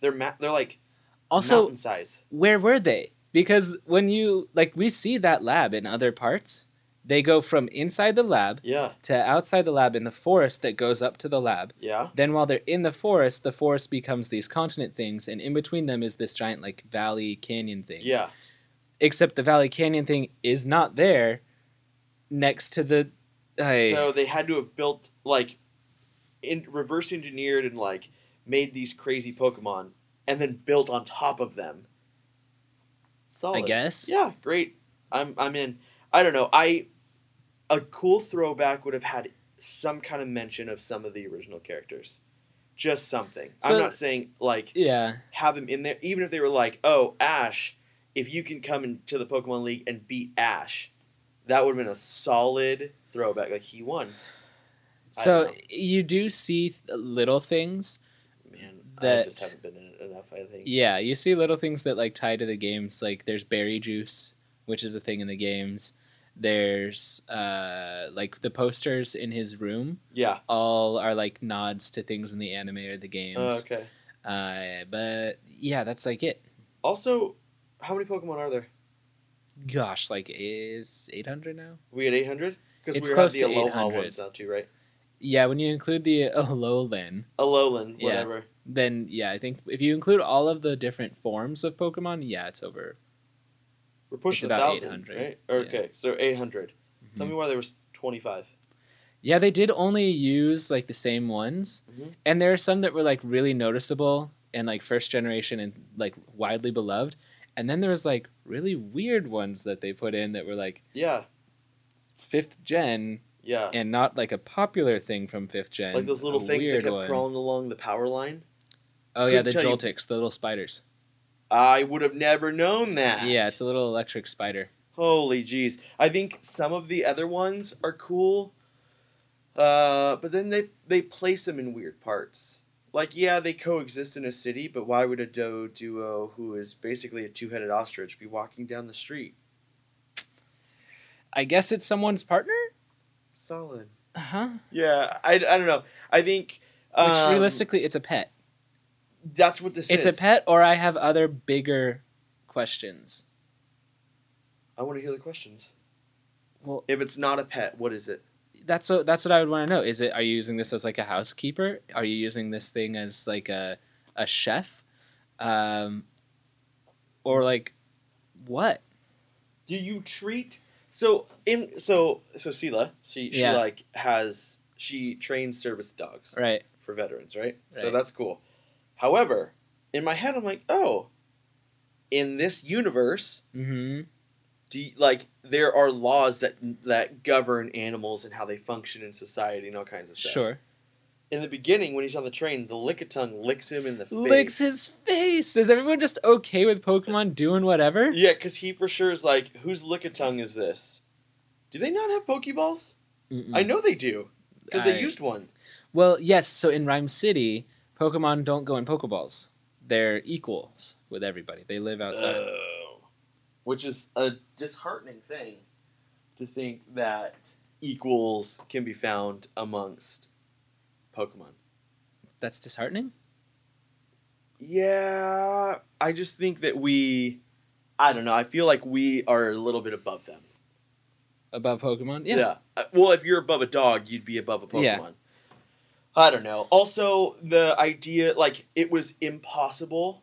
[SPEAKER 2] They're ma- they're like
[SPEAKER 1] Also,
[SPEAKER 2] mountain size.
[SPEAKER 1] where were they? Because when you like we see that lab in other parts, they go from inside the lab
[SPEAKER 2] Yeah,
[SPEAKER 1] to outside the lab in the forest that goes up to the lab.
[SPEAKER 2] yeah,
[SPEAKER 1] Then while they're in the forest, the forest becomes these continent things and in between them is this giant like valley canyon thing.
[SPEAKER 2] yeah.
[SPEAKER 1] Except the valley canyon thing is not there next to the Hey.
[SPEAKER 2] So they had to have built like in reverse engineered and like made these crazy Pokemon and then built on top of them. Solid.
[SPEAKER 1] I guess.
[SPEAKER 2] Yeah, great. I'm I'm in. I don't know. I a cool throwback would have had some kind of mention of some of the original characters. Just something.
[SPEAKER 1] So-
[SPEAKER 2] I'm not saying like
[SPEAKER 1] Yeah.
[SPEAKER 2] have them in there even if they were like, "Oh, Ash, if you can come into the Pokemon League and beat Ash." That would have been a solid throwback like he won. I don't
[SPEAKER 1] So
[SPEAKER 2] know.
[SPEAKER 1] you do see th- little things.
[SPEAKER 2] Man, I
[SPEAKER 1] That-
[SPEAKER 2] just haven't been in it enough, I think.
[SPEAKER 1] Yeah, you see little things that like tie to the games. Like there's berry juice, which is a thing in the games. There's uh, like the posters in his room
[SPEAKER 2] Yeah.
[SPEAKER 1] all are like nods to things in the anime or the
[SPEAKER 2] Uh,
[SPEAKER 1] games.
[SPEAKER 2] okay.
[SPEAKER 1] Uh, but yeah, that's like it.
[SPEAKER 2] Also, how many Pokemon are there?
[SPEAKER 1] Gosh, like is 800 now?
[SPEAKER 2] We at 800? Because
[SPEAKER 1] It's
[SPEAKER 2] we were at
[SPEAKER 1] close
[SPEAKER 2] the
[SPEAKER 1] to
[SPEAKER 2] Aloha
[SPEAKER 1] 800.
[SPEAKER 2] ones now too, right?
[SPEAKER 1] Yeah, when you include the Alolan,
[SPEAKER 2] Alolan,
[SPEAKER 1] Yeah.
[SPEAKER 2] whatever.
[SPEAKER 1] then yeah, I think if you include all of the different forms of Pokemon, yeah, it's over.
[SPEAKER 2] We're pushing
[SPEAKER 1] It's
[SPEAKER 2] a
[SPEAKER 1] about
[SPEAKER 2] thousand,
[SPEAKER 1] 800,
[SPEAKER 2] right?
[SPEAKER 1] yeah. Hmm.
[SPEAKER 2] Okay, so 800. Tell me why there was 25.
[SPEAKER 1] Mm-hmm. Yeah, they did only use like the same ones,
[SPEAKER 2] Mhm.
[SPEAKER 1] and there are some that were like really noticeable and like first generation and like widely beloved, and then there was like really weird ones that they put in that were like
[SPEAKER 2] Yeah,
[SPEAKER 1] fifth gen
[SPEAKER 2] yeah.
[SPEAKER 1] and not like a popular thing from fifth gen.
[SPEAKER 2] like those
[SPEAKER 1] a
[SPEAKER 2] little things that
[SPEAKER 1] weird
[SPEAKER 2] kept
[SPEAKER 1] one.
[SPEAKER 2] crawling along the power line.
[SPEAKER 1] Oh yeah,
[SPEAKER 2] Couldn't
[SPEAKER 1] the
[SPEAKER 2] tell you-
[SPEAKER 1] Joltix, the little spiders.
[SPEAKER 2] I would have never known that.
[SPEAKER 1] Yeah, it's a little electric spider.
[SPEAKER 2] Holy jeez. I think some of the other ones are cool. Uh, but then they they place them in weird parts. Like yeah, they coexist in a city, but why would a doe duo who is basically a two-headed ostrich be walking down the street?
[SPEAKER 1] I guess it's someone's partner.
[SPEAKER 2] Solid.
[SPEAKER 1] Uh huh.
[SPEAKER 2] Yeah, I, I don't know. I think
[SPEAKER 1] Which
[SPEAKER 2] um,
[SPEAKER 1] realistically, it's a pet.
[SPEAKER 2] That's what this
[SPEAKER 1] It's
[SPEAKER 2] is.
[SPEAKER 1] a pet, or I have other bigger questions.
[SPEAKER 2] I want to hear the questions.
[SPEAKER 1] Well,
[SPEAKER 2] If it's not a pet, what is it?
[SPEAKER 1] that's what that's what I would want to know. Is it are you using this as like a housekeeper? Are you using this thing as like a a chef? Um or like what?
[SPEAKER 2] Do you treat so in so so Sela she she
[SPEAKER 1] Yeah.
[SPEAKER 2] like has she trains service dogs
[SPEAKER 1] Right.
[SPEAKER 2] for veterans right? so
[SPEAKER 1] Right.
[SPEAKER 2] that's cool. However, in my head I'm like oh, in this universe,
[SPEAKER 1] Mm-hmm.
[SPEAKER 2] do you, like there are laws that that govern animals and how they function in society and all kinds of stuff.
[SPEAKER 1] Sure.
[SPEAKER 2] In the beginning, when he's on the train, the lickitung licks him in the face.
[SPEAKER 1] Licks his face. Is everyone just okay with Pokemon doing whatever?
[SPEAKER 2] Yeah, because he for sure is like, whose lickitung is this? Do they not have Pokeballs?
[SPEAKER 1] Mm-mm.
[SPEAKER 2] I know they do. Because they
[SPEAKER 1] I-
[SPEAKER 2] used one.
[SPEAKER 1] Well, yes, so in Rhyme City, Pokemon don't go in Pokeballs. They're equals with everybody. They live outside.
[SPEAKER 2] Oh. Which is a disheartening thing to think that equals can be found amongst Pokemon.
[SPEAKER 1] That's disheartening.
[SPEAKER 2] Yeah, I just think that we, I don't know, I feel like we are a little bit above them.
[SPEAKER 1] Above Pokemon?
[SPEAKER 2] Yeah. Uh, Well, if you're above a dog, you'd be above a Pokemon.
[SPEAKER 1] Yeah.
[SPEAKER 2] I don't know. Also, the idea like it was impossible.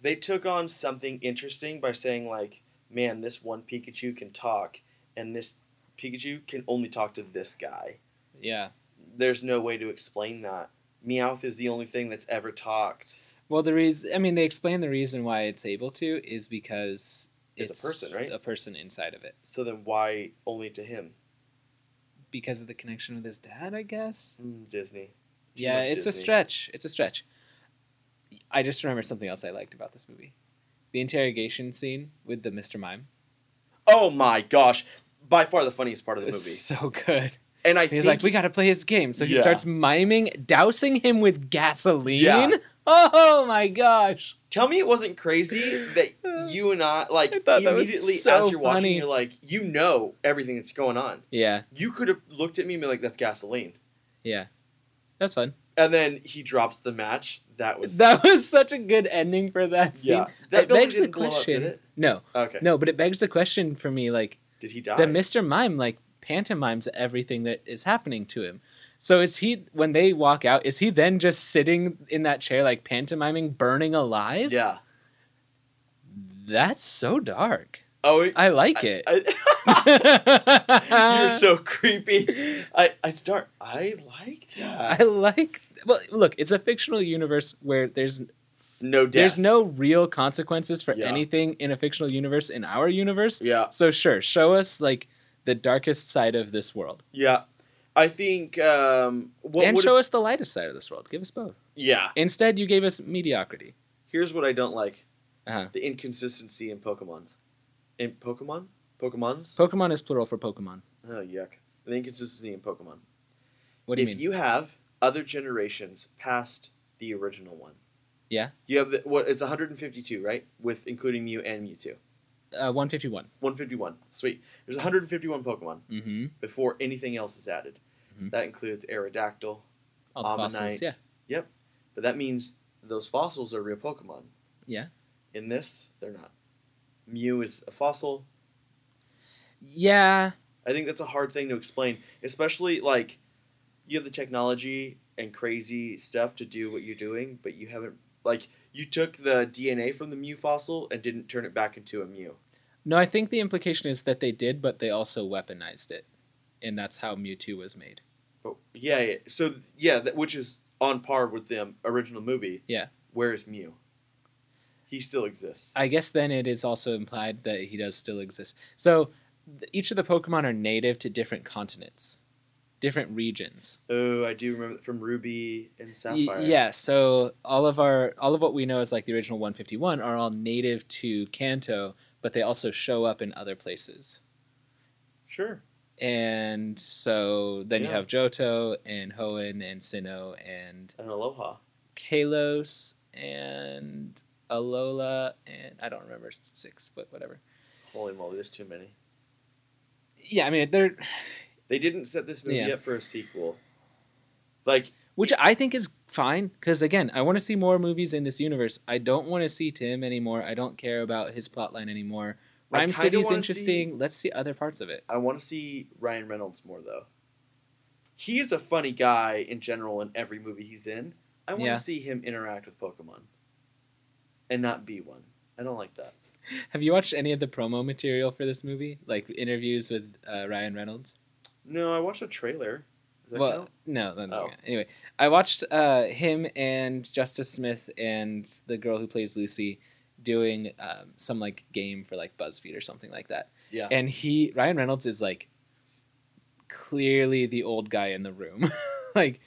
[SPEAKER 2] They took on something interesting by saying like, "Man, this one Pikachu can talk, and this Pikachu can only talk to this guy."
[SPEAKER 1] Yeah.
[SPEAKER 2] There's no way to explain that. Meowth is the only thing that's ever talked.
[SPEAKER 1] Well, the reason I mean they explain the reason why it's able to is because
[SPEAKER 2] It's a person, right?
[SPEAKER 1] A person inside of it
[SPEAKER 2] So then, why only to him?
[SPEAKER 1] because of the connection with his dad, I guess.
[SPEAKER 2] Mm, Disney. Too
[SPEAKER 1] yeah,
[SPEAKER 2] much
[SPEAKER 1] it's a
[SPEAKER 2] Disney.
[SPEAKER 1] stretch. It's a stretch. I just remember something else I liked about this movie. The interrogation scene with the Mr. Mime
[SPEAKER 2] Oh my gosh! By far the funniest part of the
[SPEAKER 1] is
[SPEAKER 2] movie.
[SPEAKER 1] so good.
[SPEAKER 2] And I
[SPEAKER 1] He's
[SPEAKER 2] think
[SPEAKER 1] like, we got to play his game. So he
[SPEAKER 2] Yeah.
[SPEAKER 1] starts miming, dousing him with gasoline.
[SPEAKER 2] Yeah.
[SPEAKER 1] Oh my gosh.
[SPEAKER 2] Tell me it wasn't crazy that you and I like
[SPEAKER 1] I thought that was
[SPEAKER 2] immediately
[SPEAKER 1] so
[SPEAKER 2] as you're watching,
[SPEAKER 1] funny.
[SPEAKER 2] you're like, you know everything that's going on.
[SPEAKER 1] Yeah,
[SPEAKER 2] You could have looked at me and been like, "That's gasoline."
[SPEAKER 1] yeah. That's fun.
[SPEAKER 2] and then he drops the match. That was
[SPEAKER 1] That was such a good ending for that scene.
[SPEAKER 2] yeah.
[SPEAKER 1] it
[SPEAKER 2] That building
[SPEAKER 1] begs the
[SPEAKER 2] didn't blow up, did
[SPEAKER 1] question.
[SPEAKER 2] it?
[SPEAKER 1] No,
[SPEAKER 2] Okay.
[SPEAKER 1] no, but it begs the question for me, like
[SPEAKER 2] Did he die?
[SPEAKER 1] that Mr. Mime like pantomimes everything that is happening to him. So is he when they walk out, is he then just sitting in that chair like pantomiming, burning alive?
[SPEAKER 2] yeah.
[SPEAKER 1] That's so dark.
[SPEAKER 2] Oh, it-
[SPEAKER 1] I like it.
[SPEAKER 2] I- you're so creepy. I I start. I like that.
[SPEAKER 1] I like well look, it's a fictional universe where there's
[SPEAKER 2] No death.
[SPEAKER 1] there's no real consequences for
[SPEAKER 2] Yeah.
[SPEAKER 1] anything in a fictional universe in our universe.
[SPEAKER 2] Yeah.
[SPEAKER 1] So sure, show us like the darkest side of this world.
[SPEAKER 2] Yeah. I think. Um. What
[SPEAKER 1] and
[SPEAKER 2] would-
[SPEAKER 1] show us the lightest side of this world. Give us both.
[SPEAKER 2] Yeah.
[SPEAKER 1] Instead, you gave us mediocrity.
[SPEAKER 2] Here's what I don't like:
[SPEAKER 1] Uh-huh.
[SPEAKER 2] the inconsistency in Pokemon's. In Pokemon. Pokemon's.
[SPEAKER 1] Pokemon is plural for Pokemon.
[SPEAKER 2] oh yuck! The inconsistency in Pokemon.
[SPEAKER 1] What do you
[SPEAKER 2] if
[SPEAKER 1] mean?
[SPEAKER 2] you have other generations past the original one.
[SPEAKER 1] Yeah.
[SPEAKER 2] You have the, what? It's 152, right? With including Mew and Mewtwo.
[SPEAKER 1] Uh, 151.
[SPEAKER 2] 151. Sweet. There's 151 Pokemon
[SPEAKER 1] Mm-hmm.
[SPEAKER 2] before anything else is added.
[SPEAKER 1] Mhm.
[SPEAKER 2] That includes Aerodactyl,
[SPEAKER 1] All the fossils.
[SPEAKER 2] Ammonite.
[SPEAKER 1] Yeah.
[SPEAKER 2] Yep. But that means those fossils are real Pokemon.
[SPEAKER 1] Yeah.
[SPEAKER 2] In this, they're not. Mew is a fossil.
[SPEAKER 1] Yeah.
[SPEAKER 2] I think that's a hard thing to explain, especially like you have the technology and crazy stuff to do what you're doing, but you haven't like you took the DNA from the Mew fossil and didn't turn it back into a Mew.
[SPEAKER 1] No, I think the implication is that they did, but they also weaponized it, and that's how Mewtwo was made.
[SPEAKER 2] But yeah, yeah. so th- yeah, that, which is on par with the um, original movie.
[SPEAKER 1] Yeah.
[SPEAKER 2] Where is Mew? He still exists.
[SPEAKER 1] I guess then it is also implied that he does still exist. So th- each of the Pokemon are native to different continents, different regions.
[SPEAKER 2] oh, I do remember that from Ruby and
[SPEAKER 1] Y-
[SPEAKER 2] Sapphire.
[SPEAKER 1] yeah. So all of our all of what we know is like the original 151 are all native to Kanto, but they also show up in other places.
[SPEAKER 2] Sure.
[SPEAKER 1] And so then you
[SPEAKER 2] Yeah.
[SPEAKER 1] have Johto and Hoenn and Sinnoh and
[SPEAKER 2] And Aloha.
[SPEAKER 1] Kalos and Alola and I don't remember six, but whatever.
[SPEAKER 2] Holy moly, there's too many.
[SPEAKER 1] Yeah, I mean they're
[SPEAKER 2] They didn't set this movie
[SPEAKER 1] Yeah.
[SPEAKER 2] up for a sequel. Like
[SPEAKER 1] which I think is fine because again, I want to see more movies in this universe. I don't want to see Tim anymore. I don't care about his plotline anymore.
[SPEAKER 2] I
[SPEAKER 1] Rhyme
[SPEAKER 2] kinda
[SPEAKER 1] City's
[SPEAKER 2] wanna
[SPEAKER 1] interesting. Let's see other parts of it.
[SPEAKER 2] I want to see Ryan Reynolds more though. He's a funny guy in general in every movie he's in. I want to
[SPEAKER 1] Yeah.
[SPEAKER 2] see him interact with Pokemon, and not be one. I don't like that.
[SPEAKER 1] Have you watched any of the promo material for this movie, like interviews with uh, Ryan Reynolds?
[SPEAKER 2] No, I watched a trailer. Does that
[SPEAKER 1] well,
[SPEAKER 2] count?
[SPEAKER 1] no, that doesn't
[SPEAKER 2] Oh.
[SPEAKER 1] count. Anyway, I watched uh, him and Justice Smith and the girl who plays Lucy doing um, some like game for like BuzzFeed or something like that.
[SPEAKER 2] yeah.
[SPEAKER 1] And he Ryan Reynolds is like clearly the old guy in the room, like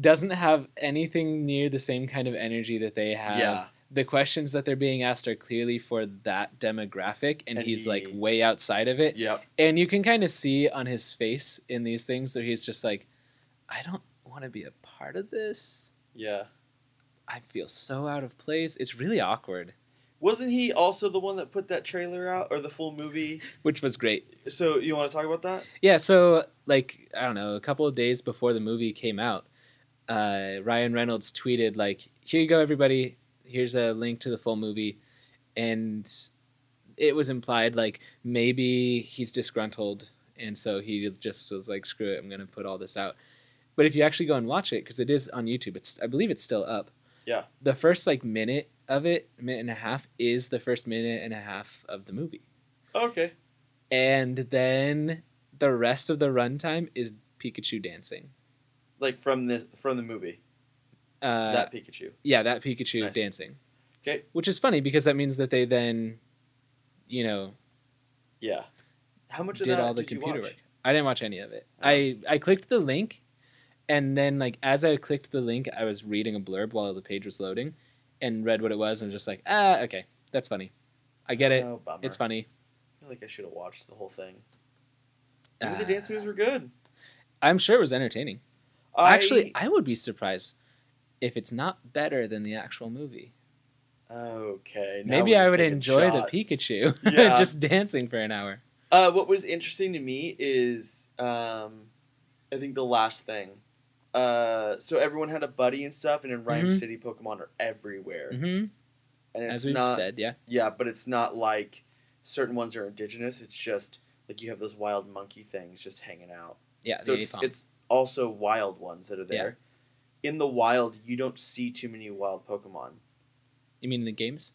[SPEAKER 1] doesn't have anything near the same kind of energy that they have.
[SPEAKER 2] yeah.
[SPEAKER 1] The questions that they're being asked are clearly for that demographic, and,
[SPEAKER 2] And
[SPEAKER 1] he's
[SPEAKER 2] he-
[SPEAKER 1] like way outside of it
[SPEAKER 2] Yep.
[SPEAKER 1] and you can kind of see on his face in these things that he's just like i don't want to be a part of this
[SPEAKER 2] Yeah.
[SPEAKER 1] i feel so out of place it's really awkward
[SPEAKER 2] Wasn't he also the one that put that trailer out or the full movie?
[SPEAKER 1] which was great
[SPEAKER 2] So you want to talk about that?
[SPEAKER 1] yeah so like i don't know a couple of days before the movie came out uh, ryan reynolds tweeted like here you go everybody here's a link to the full movie and it was implied like maybe he's disgruntled and so he just was like screw it i'm going to put all this out but if you actually go and watch it because it is on youtube it's i believe it's still up
[SPEAKER 2] Yeah.
[SPEAKER 1] the first like minute of it minute and a half is the first minute and a half of the movie
[SPEAKER 2] Okay.
[SPEAKER 1] and then the rest of the runtime is pikachu dancing
[SPEAKER 2] Like from the from the movie
[SPEAKER 1] uh,
[SPEAKER 2] that Pikachu.
[SPEAKER 1] yeah that pikachu
[SPEAKER 2] Nice.
[SPEAKER 1] dancing
[SPEAKER 2] Okay.
[SPEAKER 1] which is funny because that means that they then you know
[SPEAKER 2] Yeah. How much of
[SPEAKER 1] did
[SPEAKER 2] that
[SPEAKER 1] all the
[SPEAKER 2] did you
[SPEAKER 1] computer
[SPEAKER 2] watch?
[SPEAKER 1] work. I didn't watch any of it.
[SPEAKER 2] Oh.
[SPEAKER 1] I I clicked the link, and then like as I clicked the link, I was reading a blurb while the page was loading, and read what it was, and was just like, ah, okay, that's funny. I get it.
[SPEAKER 2] Oh, bummer.
[SPEAKER 1] it's funny.
[SPEAKER 2] I feel like I should have watched the whole thing. Maybe the
[SPEAKER 1] Ah.
[SPEAKER 2] dance moves were good.
[SPEAKER 1] I'm sure it was entertaining.
[SPEAKER 2] I,
[SPEAKER 1] Actually, I would be surprised if it's not better than the actual movie.
[SPEAKER 2] okay. now
[SPEAKER 1] Maybe
[SPEAKER 2] we're
[SPEAKER 1] I
[SPEAKER 2] just
[SPEAKER 1] would
[SPEAKER 2] taking
[SPEAKER 1] enjoy
[SPEAKER 2] shots.
[SPEAKER 1] the Pikachu
[SPEAKER 2] Yeah.
[SPEAKER 1] just dancing for an hour.
[SPEAKER 2] Uh, what was interesting to me is, um, I think the last thing, uh, so everyone had a buddy and stuff, and in Rhyme
[SPEAKER 1] Mhm.
[SPEAKER 2] City, Pokemon are everywhere,
[SPEAKER 1] hmm
[SPEAKER 2] and it's
[SPEAKER 1] As we've
[SPEAKER 2] not
[SPEAKER 1] said, yeah.
[SPEAKER 2] yeah, but it's not like certain ones are indigenous. It's just like you have those wild monkey things just hanging out.
[SPEAKER 1] Yeah,
[SPEAKER 2] so
[SPEAKER 1] the
[SPEAKER 2] it's
[SPEAKER 1] Apom.
[SPEAKER 2] it's also wild ones that are
[SPEAKER 1] Yeah.
[SPEAKER 2] there. In the wild, you don't see too many wild Pokemon.
[SPEAKER 1] you mean in the games?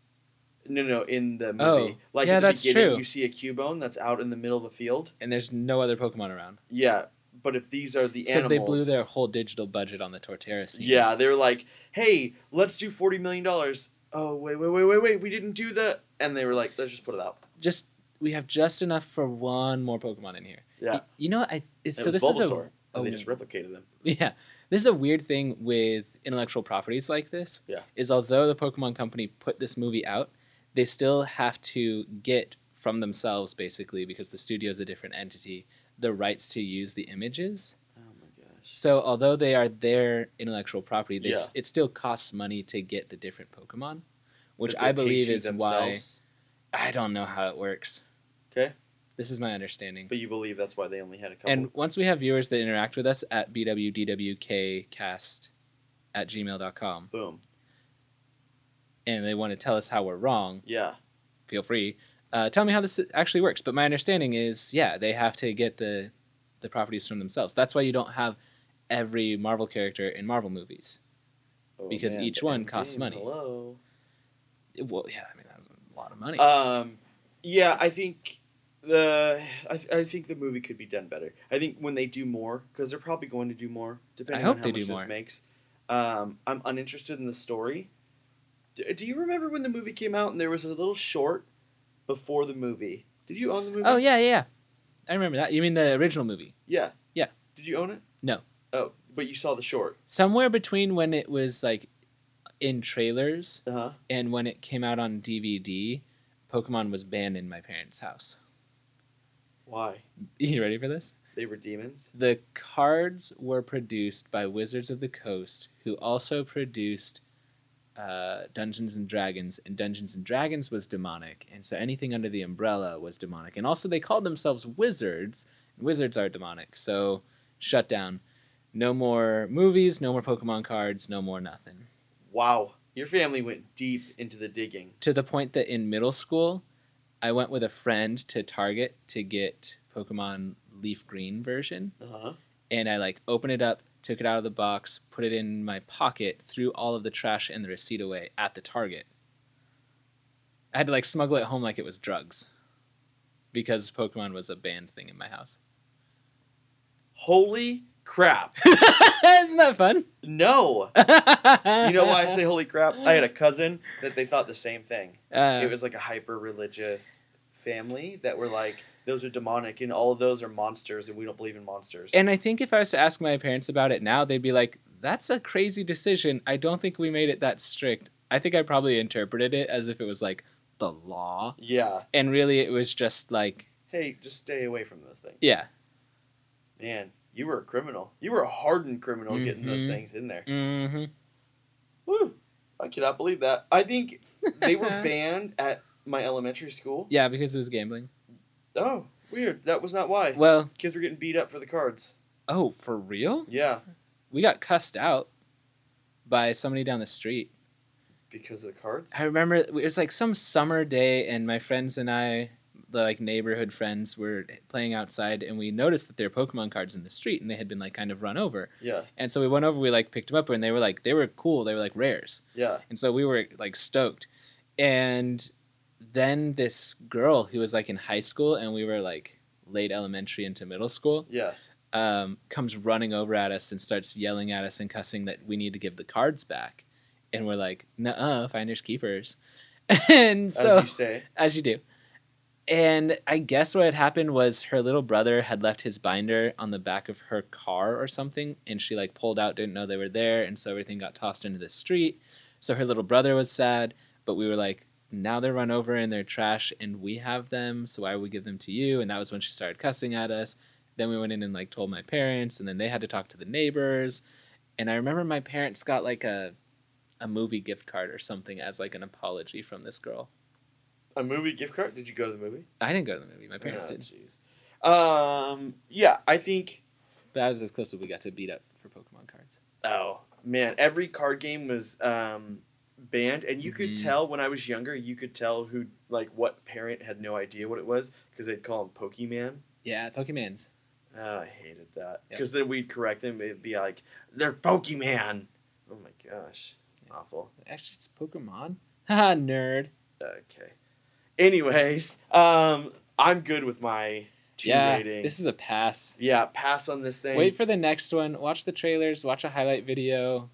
[SPEAKER 2] No, no, in the movie,
[SPEAKER 1] Oh,
[SPEAKER 2] like
[SPEAKER 1] yeah,
[SPEAKER 2] at the
[SPEAKER 1] that's
[SPEAKER 2] beginning,
[SPEAKER 1] true.
[SPEAKER 2] you see a Cubone that's out in the middle of a field.
[SPEAKER 1] And there's no other Pokemon around.
[SPEAKER 2] Yeah, but if these are the
[SPEAKER 1] Because
[SPEAKER 2] animals,
[SPEAKER 1] they blew their whole digital budget on the Torterra scene.
[SPEAKER 2] Yeah, they're like, hey, let's do forty million dollars. Oh wait, wait, wait, wait, wait, we didn't do the. And they were like, let's just put it out.
[SPEAKER 1] Just we have just enough for one more Pokemon in here.
[SPEAKER 2] Yeah,
[SPEAKER 1] Y- You know, I it's,
[SPEAKER 2] And
[SPEAKER 1] so
[SPEAKER 2] it was
[SPEAKER 1] this is a
[SPEAKER 2] Bulbasaur, and they
[SPEAKER 1] a-
[SPEAKER 2] just replicated them.
[SPEAKER 1] Yeah. This is a weird thing with intellectual properties like this.
[SPEAKER 2] Yeah.
[SPEAKER 1] Is although the Pokemon Company put this movie out, they still have to get from themselves, basically, because the studio's a different entity, the rights to use the images.
[SPEAKER 2] Oh my gosh.
[SPEAKER 1] So although they are their intellectual property, they s-
[SPEAKER 2] Yeah.
[SPEAKER 1] it still costs money to get the different Pokemon, which I believe is why I don't know how it works.
[SPEAKER 2] Okay.
[SPEAKER 1] This is my understanding.
[SPEAKER 2] But you believe that's why they only had a couple.
[SPEAKER 1] And once we have viewers that interact with us at bwdwkcast at gmail.com
[SPEAKER 2] Boom.
[SPEAKER 1] and they want to tell us how we're wrong,
[SPEAKER 2] Yeah.
[SPEAKER 1] feel free. Uh, tell me how this actually works. But my understanding is, yeah, they have to get the, the properties from themselves. That's why you don't have every Marvel character in Marvel movies.
[SPEAKER 2] Oh,
[SPEAKER 1] Because each
[SPEAKER 2] the
[SPEAKER 1] one
[SPEAKER 2] end
[SPEAKER 1] costs
[SPEAKER 2] game,
[SPEAKER 1] money.
[SPEAKER 2] Hello.
[SPEAKER 1] It- Well, yeah, I mean, that's a lot of money.
[SPEAKER 2] Um, yeah, I think the I, th- I think the movie could be done better. I think when they do more, because they're probably going to do more, depending
[SPEAKER 1] I hope
[SPEAKER 2] on how
[SPEAKER 1] they
[SPEAKER 2] much
[SPEAKER 1] do
[SPEAKER 2] this
[SPEAKER 1] more.
[SPEAKER 2] makes. Um, I'm uninterested in the story. Do, do you remember when the movie came out and there was a little short before the movie? Did you own the movie?
[SPEAKER 1] oh, yeah, yeah, yeah. I remember that. You mean the original movie?
[SPEAKER 2] Yeah.
[SPEAKER 1] Yeah.
[SPEAKER 2] Did you own it?
[SPEAKER 1] No.
[SPEAKER 2] Oh, but you saw the short.
[SPEAKER 1] Somewhere between when it was like in trailers
[SPEAKER 2] Uh huh.
[SPEAKER 1] and when it came out on DVD, Pokemon was banned in my parents' house.
[SPEAKER 2] Why?
[SPEAKER 1] You ready for this?
[SPEAKER 2] They were demons.
[SPEAKER 1] The cards were produced by Wizards of the Coast, who also produced uh, Dungeons and Dragons, and Dungeons and Dragons was demonic, and so anything under the umbrella was demonic. And also, they called themselves wizards, and wizards are demonic, so shut down. No more movies, no more Pokemon cards, no more nothing.
[SPEAKER 2] Wow. Your family went deep into the digging.
[SPEAKER 1] to the point that in middle school, I went with a friend to Target to get Pokemon Leaf Green version,
[SPEAKER 2] Uh huh.
[SPEAKER 1] and I like opened it up, took it out of the box, put it in my pocket, threw all of the trash and the receipt away at the Target. I had to like smuggle it home like it was drugs, because Pokemon was a banned thing in my house.
[SPEAKER 2] Holy crap.
[SPEAKER 1] Isn't that fun?
[SPEAKER 2] No. You know why I say holy crap? I had a cousin that they thought the same thing.
[SPEAKER 1] Uh,
[SPEAKER 2] It was like a hyper religious family that were like, those are demonic and all of those are monsters and we don't believe in monsters.
[SPEAKER 1] And I think if I was to ask my parents about it now, they'd be like, that's a crazy decision. I don't think we made it that strict. I think I probably interpreted it as if it was like the law.
[SPEAKER 2] yeah.
[SPEAKER 1] And really, it was just like,
[SPEAKER 2] Hey, just stay away from those things.
[SPEAKER 1] yeah.
[SPEAKER 2] Man, you were a criminal. You were a hardened criminal getting those
[SPEAKER 1] Mhm.
[SPEAKER 2] things in there.
[SPEAKER 1] Mm-hmm.
[SPEAKER 2] Woo. I cannot believe that. I think they were banned at my elementary school.
[SPEAKER 1] Yeah, because it was gambling.
[SPEAKER 2] Oh, weird. That was not why.
[SPEAKER 1] Well,
[SPEAKER 2] Kids were getting beat up for the cards.
[SPEAKER 1] oh, for real?
[SPEAKER 2] Yeah,
[SPEAKER 1] We got cussed out by somebody down the street.
[SPEAKER 2] because of the cards.
[SPEAKER 1] I remember it was like some summer day, and my friends and I, the like neighborhood friends, were playing outside, and we noticed that there were Pokemon cards in the street, and they had been like kind of run over.
[SPEAKER 2] Yeah,
[SPEAKER 1] And so we went over, we like picked them up, and they were like, they were cool. They were like rares.
[SPEAKER 2] yeah.
[SPEAKER 1] And so we were like stoked. And then this girl who was like in high school, and we were like late elementary into middle school,
[SPEAKER 2] Yeah.
[SPEAKER 1] um, comes running over at us and starts yelling at us and cussing that we need to give the cards back. And we're like, nuh uh, finders keepers. and so
[SPEAKER 2] As you say.
[SPEAKER 1] as you do. And I guess what had happened was her little brother had left his binder on the back of her car or something, and she like pulled out, didn't know they were there, and so everything got tossed into the street. So her little brother was sad, but we were like, now they're run over and they're trash, and we have them, so why would we give them to you? And that was when she started cussing at us. Then we went in and like told my parents, and then they had to talk to the neighbors. And I remember my parents got like a a movie gift card or something as like an apology from this girl.
[SPEAKER 2] A movie gift card? Did you go to the movie?
[SPEAKER 1] I didn't go to the movie. My parents
[SPEAKER 2] Oh,
[SPEAKER 1] did.
[SPEAKER 2] jeez. Um, yeah, I think
[SPEAKER 1] But that was as close as we got to beat up for Pokemon cards.
[SPEAKER 2] Oh man, every card game was um, banned, and you could
[SPEAKER 1] Mhm.
[SPEAKER 2] tell when I was younger. You could tell who like what parent had no idea what it was because they'd call them Pokemon.
[SPEAKER 1] Yeah, Pokemans.
[SPEAKER 2] Oh, I hated
[SPEAKER 1] Yep.
[SPEAKER 2] that because then we'd correct them. It'd be like they're Pokemon. Oh my gosh, awful.
[SPEAKER 1] Actually, it's Pokemon. Haha, nerd.
[SPEAKER 2] Okay. Anyways, um, I'm good with my two
[SPEAKER 1] yeah,
[SPEAKER 2] rating.
[SPEAKER 1] this is a pass.
[SPEAKER 2] yeah, pass on this thing.
[SPEAKER 1] Wait for the next one. Watch the trailers. Watch a highlight video.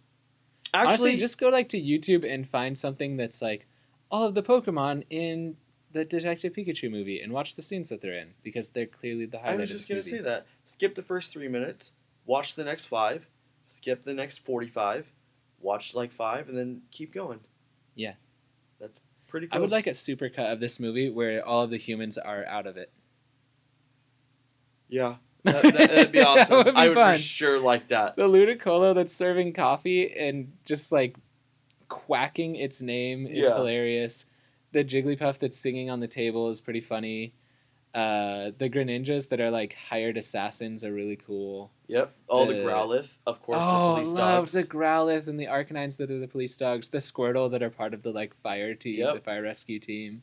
[SPEAKER 2] Actually,
[SPEAKER 1] Honestly, just go like to YouTube and find something that's like all of the Pokemon in the Detective Pikachu movie and watch the scenes that they're in because they're clearly the highlight
[SPEAKER 2] I was
[SPEAKER 1] of
[SPEAKER 2] just
[SPEAKER 1] this
[SPEAKER 2] gonna
[SPEAKER 1] movie.
[SPEAKER 2] say that. Skip the first three minutes, watch the next five, skip the next forty-five, watch like five, and then keep going.
[SPEAKER 1] Yeah.
[SPEAKER 2] that's pretty. Close.
[SPEAKER 1] I would like a supercut of this movie where all of the humans are out of it.
[SPEAKER 2] Yeah, that, that, that'd be
[SPEAKER 1] That
[SPEAKER 2] awesome.
[SPEAKER 1] would be
[SPEAKER 2] I would
[SPEAKER 1] fun.
[SPEAKER 2] for sure like that.
[SPEAKER 1] The Ludicolo that's serving coffee and just like quacking its name is
[SPEAKER 2] Yeah.
[SPEAKER 1] hilarious. The Jigglypuff that's singing on the table is pretty funny. Uh, the Greninjas that are like hired assassins are really cool.
[SPEAKER 2] Yep, all the
[SPEAKER 1] The-
[SPEAKER 2] Growlith, of course.
[SPEAKER 1] Uh, oh, I
[SPEAKER 2] the police
[SPEAKER 1] love
[SPEAKER 2] dogs.
[SPEAKER 1] the Growlithe and the Arcanines that are the police dogs. The Squirtle that are part of the like fire team,
[SPEAKER 2] Yep.
[SPEAKER 1] the fire rescue team.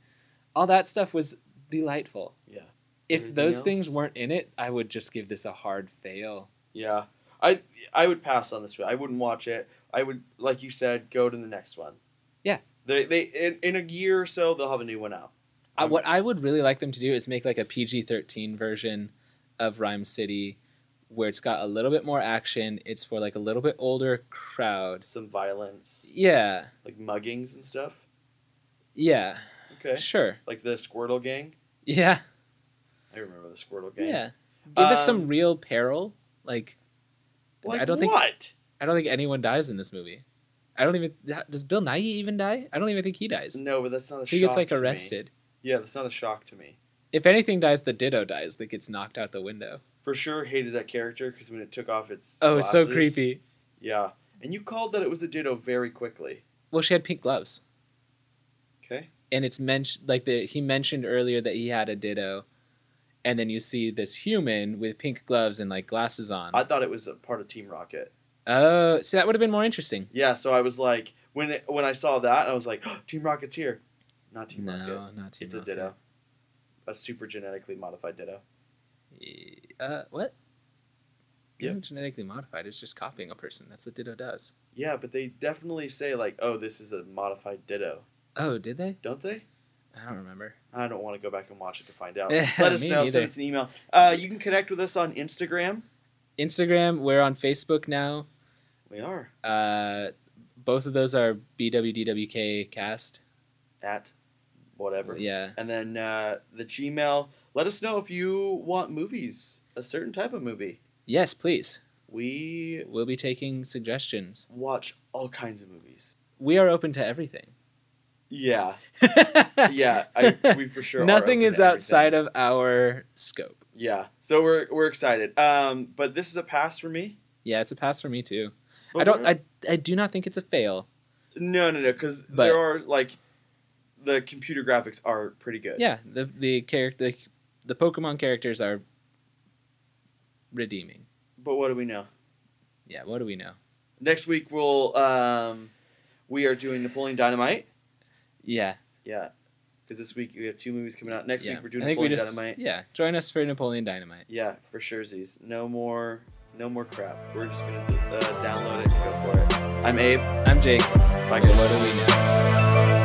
[SPEAKER 1] All that stuff was delightful.
[SPEAKER 2] Yeah.
[SPEAKER 1] If
[SPEAKER 2] Everything
[SPEAKER 1] those things
[SPEAKER 2] else?
[SPEAKER 1] weren't in it, I would just give this a hard fail.
[SPEAKER 2] Yeah, I I would pass on this one. I wouldn't watch it. I would, like you said, go to the next one.
[SPEAKER 1] Yeah.
[SPEAKER 2] They they in, in a year or so they'll have a new one out.
[SPEAKER 1] I,
[SPEAKER 2] Okay.
[SPEAKER 1] what I would really like them to do is make like a PG thirteen version of Rhyme City, where it's got a little bit more action. It's for like a little bit older crowd.
[SPEAKER 2] Some violence,
[SPEAKER 1] Yeah,
[SPEAKER 2] like muggings and stuff.
[SPEAKER 1] yeah,
[SPEAKER 2] Okay.
[SPEAKER 1] sure,
[SPEAKER 2] Like the Squirtle gang.
[SPEAKER 1] yeah,
[SPEAKER 2] I remember the Squirtle gang.
[SPEAKER 1] yeah. Give us some
[SPEAKER 2] Um,
[SPEAKER 1] real peril. Like,
[SPEAKER 2] Like
[SPEAKER 1] I don't think
[SPEAKER 2] what?
[SPEAKER 1] I don't think anyone dies in this movie. I don't even does Bill Nighy even die? I don't even think he dies.
[SPEAKER 2] No, but that's not a shock.
[SPEAKER 1] he gets like
[SPEAKER 2] to me.
[SPEAKER 1] arrested.
[SPEAKER 2] Yeah, that's not a shock to me.
[SPEAKER 1] If anything dies, the Ditto dies that gets knocked out the window.
[SPEAKER 2] For sure, hated that character because when it took off its.
[SPEAKER 1] Oh, it's so
[SPEAKER 2] glasses-
[SPEAKER 1] creepy.
[SPEAKER 2] Yeah, and you called that it was a Ditto very quickly.
[SPEAKER 1] Well, she had pink gloves.
[SPEAKER 2] Okay.
[SPEAKER 1] and it's mentioned like the he mentioned earlier that he had a ditto and then you see this human with pink gloves and like glasses on
[SPEAKER 2] I thought it was a part of Team Rocket.
[SPEAKER 1] oh see that would have been more interesting
[SPEAKER 2] Yeah, so I was like, when it, when I saw that, I was like, Team Rocket's here. Not Team
[SPEAKER 1] no
[SPEAKER 2] Rocket.
[SPEAKER 1] not team
[SPEAKER 2] it's
[SPEAKER 1] Rocket.
[SPEAKER 2] a Ditto. A super genetically modified Ditto.
[SPEAKER 1] uh what
[SPEAKER 2] Yeah.
[SPEAKER 1] yeah. genetically modified it's just copying a person that's what ditto does
[SPEAKER 2] Yeah, but they definitely say like, oh, this is a modified Ditto,
[SPEAKER 1] oh did they
[SPEAKER 2] don't they?
[SPEAKER 1] i don't remember
[SPEAKER 2] I don't want to go back and watch it to find out.
[SPEAKER 1] Yeah,
[SPEAKER 2] Oh, Let us
[SPEAKER 1] Eh, me
[SPEAKER 2] know.
[SPEAKER 1] neither.
[SPEAKER 2] Send us an email. Uh, you can connect with us on Instagram.
[SPEAKER 1] instagram we're on facebook now
[SPEAKER 2] We are
[SPEAKER 1] uh both of those are bwdwk cast
[SPEAKER 2] at whatever.
[SPEAKER 1] yeah
[SPEAKER 2] And then uh, the Gmail. Let us know if you want movies, a certain type of movie.
[SPEAKER 1] yes please
[SPEAKER 2] We
[SPEAKER 1] we'll be taking suggestions
[SPEAKER 2] watch all kinds of movies.
[SPEAKER 1] we are open to everything
[SPEAKER 2] Yeah, yeah. I, we for sure. are
[SPEAKER 1] Nothing
[SPEAKER 2] open
[SPEAKER 1] is
[SPEAKER 2] to everything.
[SPEAKER 1] outside of our scope.
[SPEAKER 2] Yeah, so we're we're excited. Um, but this is a pass for me.
[SPEAKER 1] Yeah, it's a pass for me too.
[SPEAKER 2] But
[SPEAKER 1] I don't.
[SPEAKER 2] we're-
[SPEAKER 1] I, I do not think it's a fail.
[SPEAKER 2] no, no, no. Because
[SPEAKER 1] But-
[SPEAKER 2] there are like, the computer graphics are pretty good.
[SPEAKER 1] Yeah, the the character, the, the Pokemon characters are redeeming.
[SPEAKER 2] But what do we know?
[SPEAKER 1] Yeah, what do we know?
[SPEAKER 2] Next week we'll um, we are doing Napoleon Dynamite.
[SPEAKER 1] Yeah,
[SPEAKER 2] Yeah, because this week we have two movies coming out. Next
[SPEAKER 1] yeah.
[SPEAKER 2] week we're doing
[SPEAKER 1] I think we
[SPEAKER 2] Napoleon
[SPEAKER 1] just
[SPEAKER 2] Dynamite.
[SPEAKER 1] yeah. Join us for Napoleon Dynamite.
[SPEAKER 2] Yeah, for sure, Z's. No more, no more crap. We're just gonna uh, download it and go for it. I'm Abe.
[SPEAKER 1] I'm Jake.
[SPEAKER 2] Bye,
[SPEAKER 1] and
[SPEAKER 2] guys.
[SPEAKER 1] what do we know?